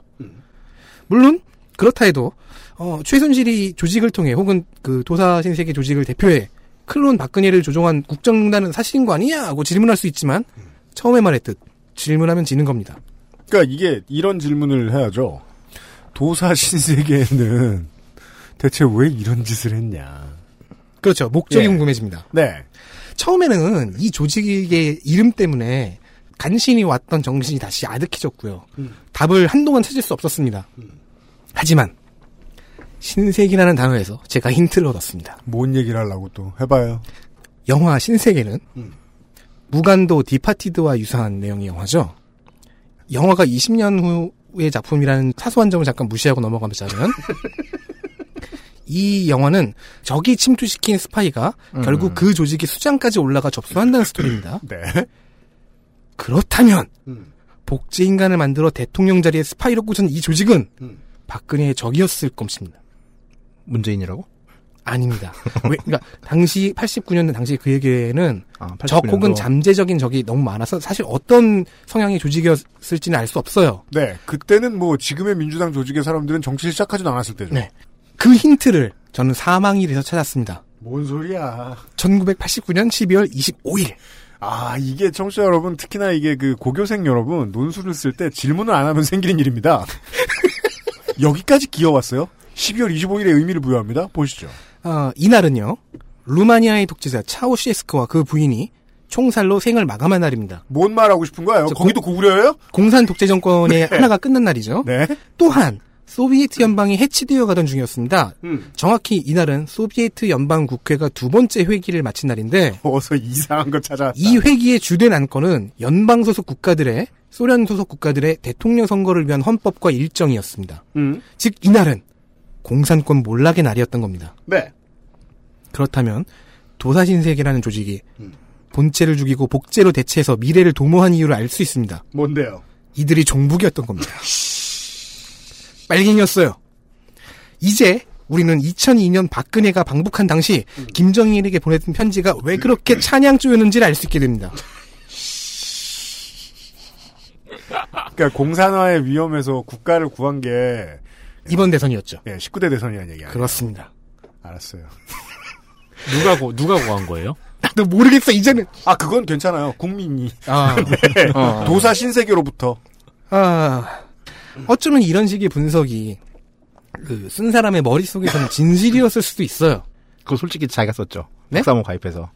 물론 그렇다 해도 어, 최순실이 조직을 통해 혹은 그 도사 신세계 조직을 대표해 클론 박근혜를 조종한 국정농단은 사실인 거 아니냐 하고 질문할 수 있지만 처음에 말했듯 질문하면 지는 겁니다.
그러니까 이게 이런 질문을 해야죠. 도사 신세계는 대체 왜 이런 짓을 했냐.
그렇죠. 목적이
예.
궁금해집니다.
네.
처음에는 이 조직의 이름 때문에 간신히 왔던 정신이 다시 아득해졌고요. 답을 한동안 찾을 수 없었습니다. 하지만 신세계라는 단어에서 제가 힌트를 얻었습니다.
뭔 얘기를 하려고 또 해봐요.
영화 신세계는 무간도 디파티드와 유사한 내용의 영화죠. 영화가 20년 후의 작품이라는 사소한 점을 잠깐 무시하고 넘어가자면 이 영화는 적이 침투시킨 스파이가 결국 그 조직의 수장까지 올라가 접수한다는 스토리입니다.
네.
그렇다면 복제 인간을 만들어 대통령 자리에 스파이로 꽂은 이 조직은 박근혜의 적이었을 것입니다.
문재인이라고?
아닙니다. 왜, 그러니까 당시 89년 당시 그에게는
아,
적
89년도.
혹은 잠재적인 적이 너무 많아서 사실 어떤 성향의 조직이었을지는 알 수 없어요.
네. 그때는 뭐 지금의 민주당 조직의 사람들은 정치를 시작하지도 않았을 때죠.
네. 그 힌트를 저는 사망일에서 찾았습니다.
뭔 소리야.
1989년 12월 25일.
아, 이게 청취자 여러분, 특히나 이게 그 고교생 여러분, 논술을 쓸 때 질문을 안 하면 생기는 일입니다. 여기까지 기어왔어요. 12월 25일에 의미를 부여합니다. 보시죠.
어, 이날은요. 루마니아의 독재자 차오시에스크와 그 부인이 총살로 생을 마감한 날입니다.
뭔 말하고 싶은 거예요?
저
거기도 고구려예요?
공산 독재 정권의 하나가 끝난 날이죠.
네.
또한 소비에트 연방이 해치되어 가던 중이었습니다. 정확히 이날은 소비에트 연방 국회가 두 번째 회기를 마친 날인데
어서 이상한 거 찾아왔다.
이 회기의 주된 안건은 연방 소속 국가들의 소련 소속 국가들의 대통령 선거를 위한 헌법과 일정이었습니다.
음.
즉 이날은 공산권 몰락의 날이었던 겁니다.
네.
그렇다면 도사신세계라는 조직이 본체를 죽이고 복제로 대체해서 미래를 도모한 이유를 알 수 있습니다.
뭔데요?
이들이 종북이었던 겁니다. 빨갱이였어요. 이제 우리는 2002년 박근혜가 방북한 당시 김정일에게 보냈던 편지가 왜 그렇게 찬양조였는지를 알 수 있게 됩니다.
그러니까 공산화의 위험에서 국가를 구한 게
이번 대선이었죠.
예, 19대 대선이라는 얘기 아니에요?
그렇습니다.
알았어요.
누가 고 누가 고한 거예요?
나도 모르겠어 이제는.
아, 그건 괜찮아요. 국민이.
아, 어.
도사 신세계로부터.
아, 어쩌면 이런 식의 분석이 그 쓴 사람의 머릿속에서는 진실이었을 수도 있어요.
그거 솔직히 자기가 썼죠.
네?
박사모 가입해서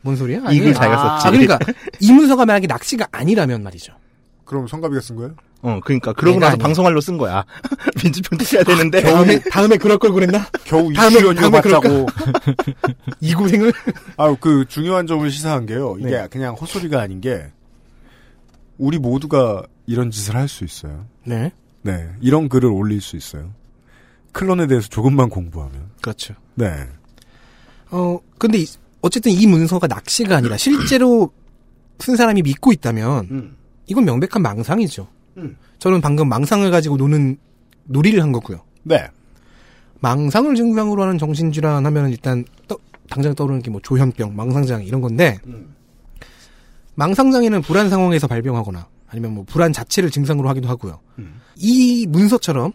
뭔 소리야? 아니,
이글 자기가
아,
썼지.
아, 그러니까 이 문서가 만약에 낚시가 아니라면 말이죠.
그럼 성가비가 쓴 거예요?
어, 그러니까 그러고
내가
나서
아니야. 아,
방송할로 쓴 거야. 민주평도 써야 되는데.
다음에 다음에 그럴 걸 그랬나?
겨우
다음에-
20년이나
다음에
봤다고.
이 고생을
아, 그 중요한 점을 시사한 게요. 이게
네.
그냥 헛소리가 아닌 게 우리 모두가 이런 짓을 할 수 있어요.
네.
네, 이런 글을 올릴 수 있어요. 클론에 대해서 조금만 공부하면.
그렇죠.
네.
어, 근데 이- 어쨌든 이 문서가 낚시가 아니라 실제로 쓴 사람이 믿고 있다면 이건 명백한 망상이죠.
음.
저는 방금 망상을 가지고 노는 놀이를 한 거고요.
네.
망상을 증상으로 하는 정신질환 하면 일단 떠- 당장 떠오르는 게 뭐 조현병, 망상장애 이런 건데 망상장애는 불안 상황에서 발병하거나 아니면 뭐 불안 자체를 증상으로 하기도 하고요. 이 문서처럼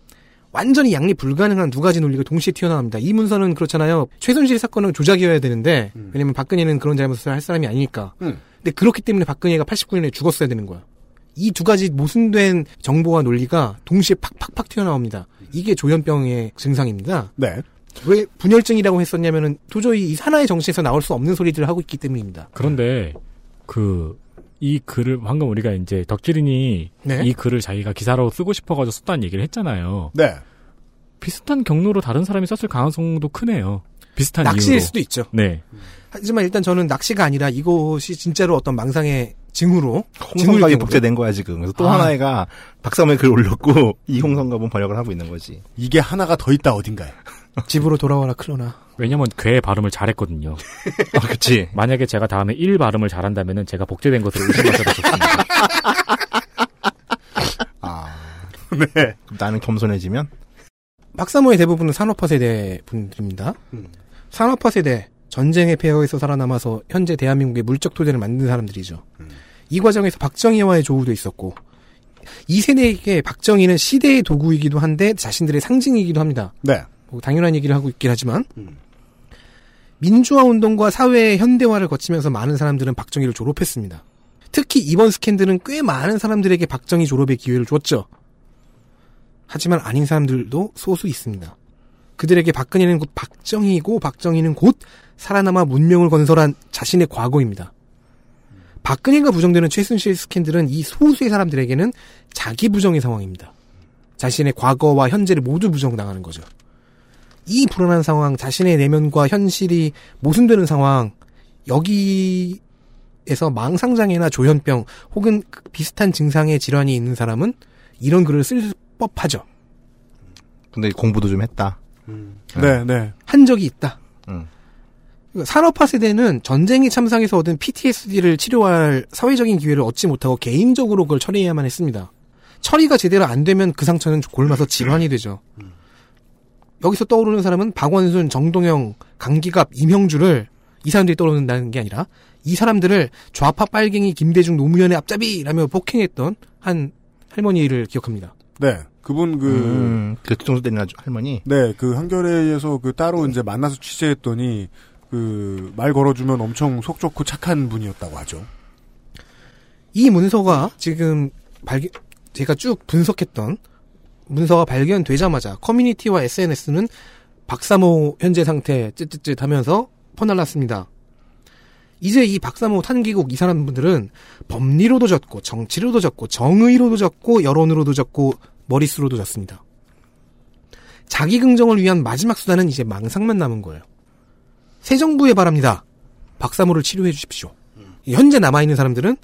완전히 양립 불가능한 두 가지 논리가 동시에 튀어나옵니다. 이 문서는 그렇잖아요. 최순실 사건은 조작이어야 되는데 왜냐면 박근혜는 그런 잘못을 할 사람이 아니니까.
음.
근데 그렇기 때문에 박근혜가 89년에 죽었어야 되는 거야. 이 두 가지 모순된 정보와 논리가 동시에 팍팍팍 튀어나옵니다. 이게 조현병의 증상입니다.
네.
왜 분열증이라고 했었냐면은 도저히 이 산하의 정신에서 나올 수 없는 소리들을 하고 있기 때문입니다.
그런데 그 이 글을 방금 우리가 이제 덕질인이
네.
이 글을 자기가 기사로 쓰고 싶어가지고 썼다는 얘기를 했잖아요.
네.
비슷한 경로로 다른 사람이 썼을 가능성도 크네요. 비슷한
낚시일
이유로.
수도 있죠.
네.
하지만 일단 저는 낚시가 아니라 이것이 진짜로 어떤 망상의 징후로
홍성갑이
징후일 경우에-
복제된 거야 지금. 그래서 또
아.
하나애가 박사모의 글 올렸고 이 홍성갑은 번역을 하고 있는 거지.
이게 하나가 더 있다 어딘가에.
집으로 돌아와라 클로나.
왜냐면 괴 발음을 잘했거든요.
아, 그치.
만약에 제가 다음에 일 발음을 잘한다면은 제가 복제된 것으로 의심하셔도 좋습니다.
네. 나는 겸손해지면
박사모의 대부분은 산업화 세대 분들입니다. 산업화 세대 전쟁의 폐허에서 살아남아서 현재 대한민국의 물적 토대를 만든 사람들이죠. 이 과정에서 박정희와의 조우도 있었고 이 세대에게 박정희는 시대의 도구이기도 한데 자신들의 상징이기도 합니다.
네.
뭐 당연한 얘기를 하고 있긴 하지만 민주화 운동과 사회의 현대화를 거치면서 많은 사람들은 박정희를 졸업했습니다. 특히 이번 스캔들은 꽤 많은 사람들에게 박정희 졸업의 기회를 줬죠. 하지만 아닌 사람들도 소수 있습니다. 그들에게 박근혜는 곧 박정희이고 박정희는 곧 살아남아 문명을 건설한 자신의 과거입니다. 박근혜가 부정되는 최순실 스캔들은 이 소수의 사람들에게는 자기 부정의 상황입니다. 자신의 과거와 현재를 모두 부정당하는 거죠. 이 불안한 상황, 자신의 내면과 현실이 모순되는 상황, 여기에서 망상장애나 조현병 혹은 그 비슷한 증상의 질환이 있는 사람은 이런 글을 쓸 법하죠.
근데 공부도 좀 했다.
네, 네.
한 적이 있다.
음.
그러니까 산업화 세대는 전쟁의 참상에서 얻은 PTSD를 치료할 사회적인 기회를 얻지 못하고 개인적으로 그걸 처리해야만 했습니다. 처리가 제대로 안 되면 그 상처는 골마서 질환이 되죠. 여기서 떠오르는 사람은 박원순, 정동영, 강기갑, 임형주를 이 사람들이 떠오른다는 게 아니라 이 사람들을 좌파 빨갱이 김대중 노무현의 앞잡이라며 폭행했던 한 할머니를 기억합니다.
네. 그분 그
음, 그 뒤통수 때리는 아주 할머니.
네, 그 한겨레에서 그 따로 이제 만나서 취재했더니 그 말 걸어주면 엄청 속 좋고 착한 분이었다고 하죠.
이 문서가 지금 발견, 제가 쭉 분석했던 문서가 발견되자마자 커뮤니티와 SNS는 박사모 현재 상태 쯧쯧쯧 하면서 퍼날랐습니다. 이제 이 박사모 탄기국 이 사람분들은 법리로도 졌고 정치로도 졌고 정의로도 졌고 여론으로도 졌고 머릿수로도 졌습니다. 자기 긍정을 위한 마지막 수단은 이제 망상만 남은 거예요. 새 정부에 바랍니다. 박사모를 치료해 주십시오. 현재 남아있는 사람들은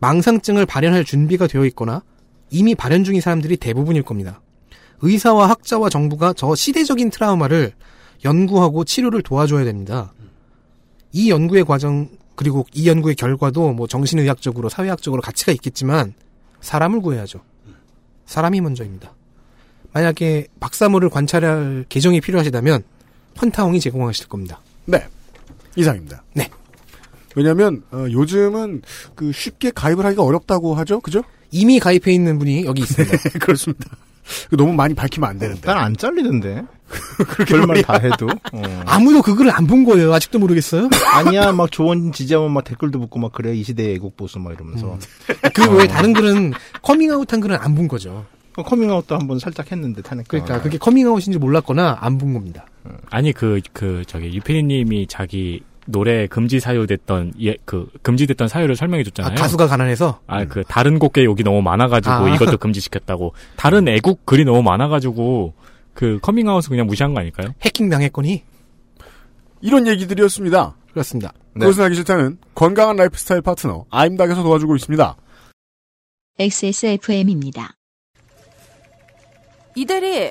망상증을 발현할 준비가 되어 있거나 이미 발현 중인 사람들이 대부분일 겁니다. 의사와 학자와 정부가 저 시대적인 트라우마를 연구하고 치료를 도와줘야 됩니다. 이 연구의 과정 그리고 이 연구의 결과도 뭐 정신의학적으로 사회학적으로 가치가 있겠지만 사람을 구해야죠. 사람이 먼저입니다. 만약에 박사모를 관찰할 계정이 필요하시다면 헌타홍이 제공하실 겁니다.
네. 이상입니다.
네.
왜냐면 하 요즘은 그 쉽게 가입을 하기가 어렵다고 하죠. 그죠?
이미 가입해 있는 분이 여기 있습니다.
예, 그렇습니다. 음. 그 너무 많이 밝히면 안
네.
되는데.
난 안 잘리던데. 결말 다 해도. 어.
아무도 그 글을 안 본 거예요. 아직도 모르겠어요?
아니야, 막 조언 지지하면 막 댓글도 붙고 막 그래 이 시대의 애국보수 막 이러면서.
아.
그 외에 다른 글은 커밍아웃한 글은 안 본 거죠.
그 커밍아웃도 한번 살짝 했는데 탄핵.
그러니까 그게 커밍아웃인지 몰랐거나 안 본 겁니다.
아니 그 그 저기 유피디님이 자기 노래 금지 사유됐던 예, 그 금지됐던 사유를 설명해 줬잖아요.
아, 가수가
네.
가난해서 음,
아, 그, 다른 곡계 욕이 너무 많아가지고,
아.
이것도 금지시켰다고. 다른 애국 글이 너무 많아가지고, 그, 커밍아웃을 그냥 무시한 거 아닐까요?
해킹 당했거니
이런 얘기들이었습니다.
그렇습니다.
그것은 하기 싫다는 건강한 라이프스타일 파트너 아임닥에서 도와주고 있습니다.
XSFM입니다.
이 대리,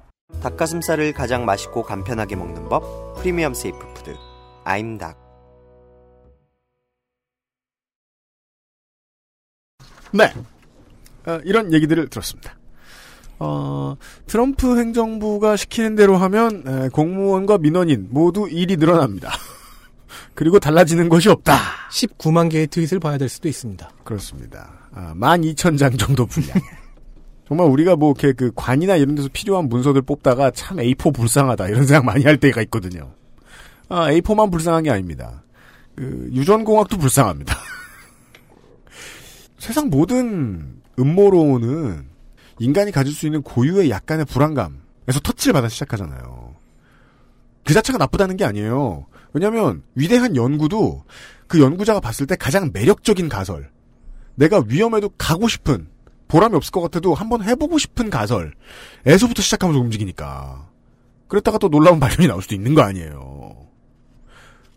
닭가슴살을 가장 맛있고 간편하게 먹는 법 프리미엄 세이프 푸드 아임닭
네. 어, 이런 얘기들을 들었습니다. 어, 트럼프 행정부가 시키는 대로 하면 에, 공무원과 민원인 모두 일이 늘어납니다. 그리고 달라지는 것이 없다.
19만 개의 트윗을 봐야 될 수도 있습니다.
그렇습니다. 아, 12,000장 정도 분량. 정말 우리가 뭐 이렇게 그 관이나 이런 데서 필요한 문서들 뽑다가 참 A4 불쌍하다 이런 생각 많이 할 때가 있거든요. 아, A4만 불쌍한 게 아닙니다. 그 유전공학도 불쌍합니다. 세상 모든 음모론은 인간이 가질 수 있는 고유의 약간의 불안감에서 터치를 받아 시작하잖아요. 그 자체가 나쁘다는 게 아니에요. 왜냐하면 위대한 연구도 그 연구자가 봤을 때 가장 매력적인 가설, 내가 위험해도 가고 싶은 보람이 없을 것 같아도 한번 해보고 싶은 가설에서부터 시작하면서 움직이니까 그랬다가 또 놀라운 발견이 나올 수도 있는 거 아니에요.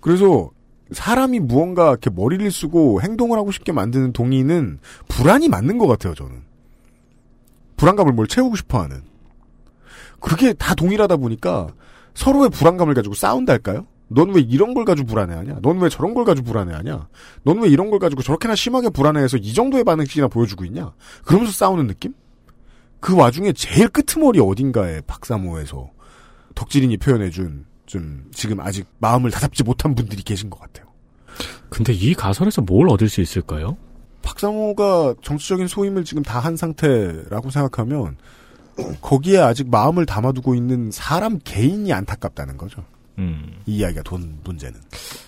그래서 사람이 무언가 이렇게 머리를 쓰고 행동을 하고 싶게 만드는 동의는 불안이 맞는 것 같아요, 저는. 불안감을 뭘 채우고 싶어 하는. 그게 다 동일하다 보니까 서로의 불안감을 가지고 싸운달까요? 넌 왜 이런 걸 가지고 불안해하냐? 넌 왜 저런 걸 가지고 불안해하냐? 넌 왜 이런 걸 가지고 저렇게나 심하게 불안해해서 이 정도의 반응씩이나 보여주고 있냐? 그러면서 싸우는 느낌? 그 와중에 제일 끄트머리 어딘가에 박사모에서 덕질인이 표현해준 좀 지금 아직 마음을 다잡지 못한 분들이 계신 것 같아요.
근데 이 가설에서 뭘 얻을 수 있을까요?
박상호가 정치적인 소임을 지금 다 한 상태라고 생각하면 거기에 아직 마음을 담아두고 있는 사람 개인이 안타깝다는 거죠.
음.
이 이야기가 돈 문제는.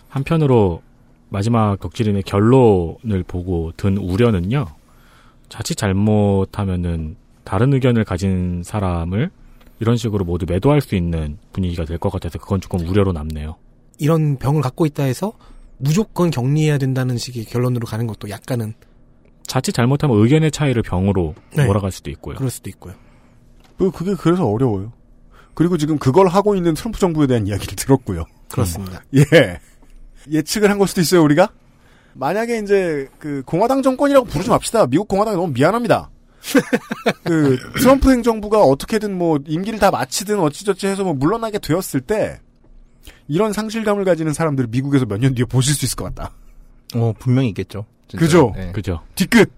한편으로 마지막 덕질인의 결론을 보고 든 우려는요. 자칫 잘못하면은 다른 의견을 가진 사람을 이런 식으로 모두 매도할 수 있는 분위기가 될 것 같아서 그건 조금 우려로 남네요.
이런 병을 갖고 있다 해서 무조건 격리해야 된다는 식의 결론으로 가는 것도 약간은
자칫 잘못하면 의견의 차이를 병으로
네.
몰아갈 수도 있고요.
그럴 수도 있고요.
그- 그게 그래서 어려워요. 그리고 지금 그걸 하고 있는 트럼프 정부에 대한 이야기를 들었고요.
그렇습니다.
예. 예측을 한 걸 수도 있어요, 우리가? 만약에 이제, 그, 공화당 정권이라고 부르지 맙시다. 미국 공화당이 너무 미안합니다. 그, 트럼프 행정부가 어떻게든 뭐, 임기를 다 마치든 어찌저찌 해서 뭐, 물러나게 되었을 때, 이런 상실감을 가지는 사람들을 미국에서 몇 년 뒤에 보실 수 있을 것 같다.
어, 분명히 있겠죠. 진짜.
그죠?
네.
그죠.
뒤끝!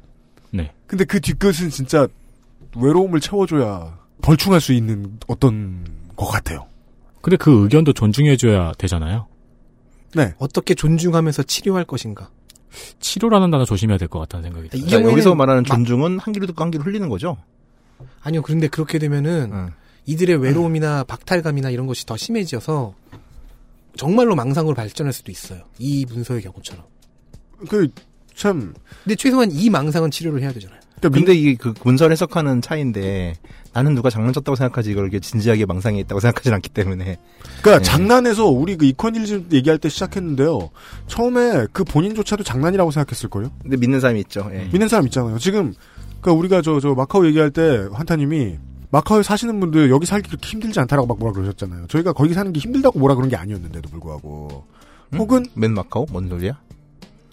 네.
근데 그 뒤끝은 진짜, 외로움을 채워줘야 벌충할 수 있는 어떤 것 같아요.
근데 그 의견도 존중해줘야 되잖아요.
네.
어떻게 존중하면서 치료할 것인가?
치료라는 단어 조심해야 될 것 같다는 생각이 들어요.
자, 그러니까 여기서 말하는 존중은 한 귀로 듣고 한 귀로 흘리는 거죠.
아니요. 그런데 그렇게 되면은 이들의 외로움이나 박탈감이나 이런 것이 더 심해져서 정말로 망상으로 발전할 수도 있어요. 이 문서의 경우처럼.
그 참. 그러니까
근데 최소한 이 망상은 치료를 해야 되잖아요.
근데 이게 그 문서를 해석하는 차이인데 나는 누가 장난쳤다고 생각하지 이걸 이렇게 진지하게 망상에 있다고 생각하진 않기 때문에
그러니까 장난에서 우리 그 이코니즘 얘기할 때 시작했는데요. 처음에 그 본인조차도 장난이라고 생각했을 거예요.
근데 믿는 사람이 있죠.
음.
예.
믿는 사람 있잖아요. 지금 그러니까 우리가 저 저 마카오 얘기할 때 환타님이 마카오에 사시는 분들 여기 살기 그렇게 힘들지 않다라고 막 뭐라 그러셨잖아요. 저희가 거기 사는 게 힘들다고 뭐라 그런 게 아니었는데도 불구하고 혹은
맨 마카오 뭔 소리야?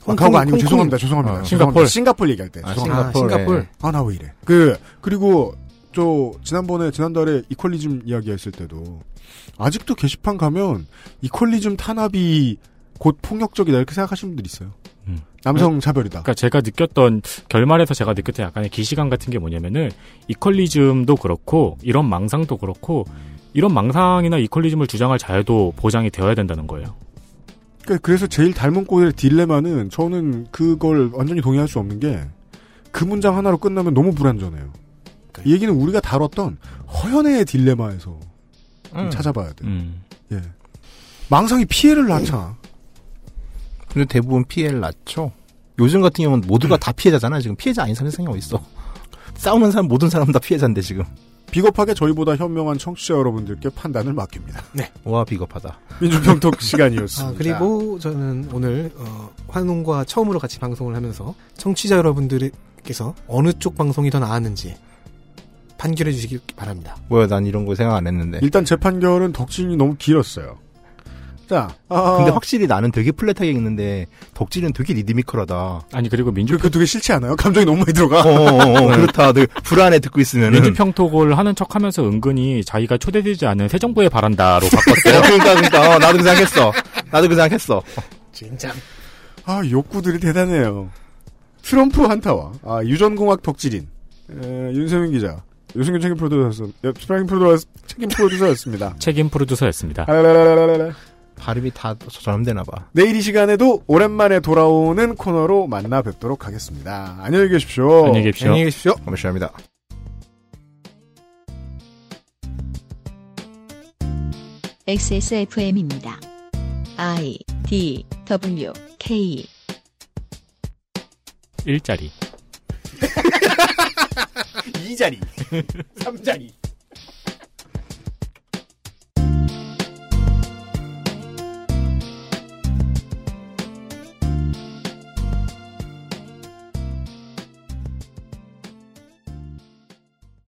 마카오가 음. 아니고
홍콩,
죄송합니다.
홍콩.
죄송합니다.
어,
싱가폴
싱가폴.
싱가폴 얘기할 때.
아,
죄송합니다.
싱가폴. 아, 싱가폴.
아나 왜 이래? 그 그리고 저 지난번에 지난달에 이퀄리즘 이야기했을 때도 아직도 게시판 가면 이퀄리즘 탄압이 곧 폭력적이다 이렇게 생각하시는 분들 있어요. 남성 차별이다.
음. 그러니까 제가 느꼈던 결말에서 제가 느꼈던 약간의 기시감 같은 게 뭐냐면은 이퀄리즘도 그렇고 이런 망상도 그렇고 이런 망상이나 이퀄리즘을 주장할 자유도 보장이 되어야 된다는 거예요.
그러니까 그래서 제일 닮은 꼴의 딜레마는 저는 그걸 완전히 동의할 수 없는 게 그 문장 하나로 끝나면 너무 불안전해요.
그러니까
이 얘기는 우리가 다뤘던 허연의 딜레마에서 좀
음.
찾아봐야 돼요.
음.
예. 망상이 피해를 낳잖아.
근데 대부분 피해를 낳죠. 요즘 같은 경우는 모두가 다 피해자잖아요. 지금 피해자 아닌 사람이 세상에 어딨어. 싸우는 사람 모든 사람 다 피해자인데 지금.
비겁하게 저희보다 현명한 청취자 여러분들께 판단을 맡깁니다.
네.
와 비겁하다.
민주평톡 시간이었습니다.
아, 그리고 저는 오늘 어, 환웅과 처음으로 같이 방송을 하면서 청취자 여러분들께서 어느 쪽 방송이 더 나았는지 판결해 주시길 바랍니다.
뭐야 난 이런 거 생각 안 했는데.
일단 재 판결은 덕진이 너무 길었어요. 자, 아,
근데 확실히 나는 되게 플랫하게 읽는데 덕질은 되게 리드미컬하다.
아니 그리고 민주
그 되게 싫지 않아요? 감정이 너무 많이 들어가.
어, 어, 어, 그렇다. 되게 불안해 듣고 있으면.
민주평톡을 하는 척하면서 은근히 자기가 초대되지 않은 새 정부에 바란다로 바꿨어요.
그러니까 그러니까 어, 나도 그 생각했어. 나도 그 생각했어.
진짜.
아 욕구들이 대단해요. 트럼프 한타와 아, 유전공학 덕질인 에, 윤세민 기자, 유승균 책임 프로듀서, 스프라잉 프로듀서 책임 프로듀서였습니다.
책임
어,
프로듀서였습니다.
라라라라라라.
발음이 다 저렴되나 봐.
내일 이 시간에도 오랜만에 돌아오는 코너로 만나 뵙도록 하겠습니다. 안녕히 계십시오.
안녕히 계십시오.
안녕히 계십시오. 감사합니다.
XSFM입니다. I D W K
일자리.
이자리 3자리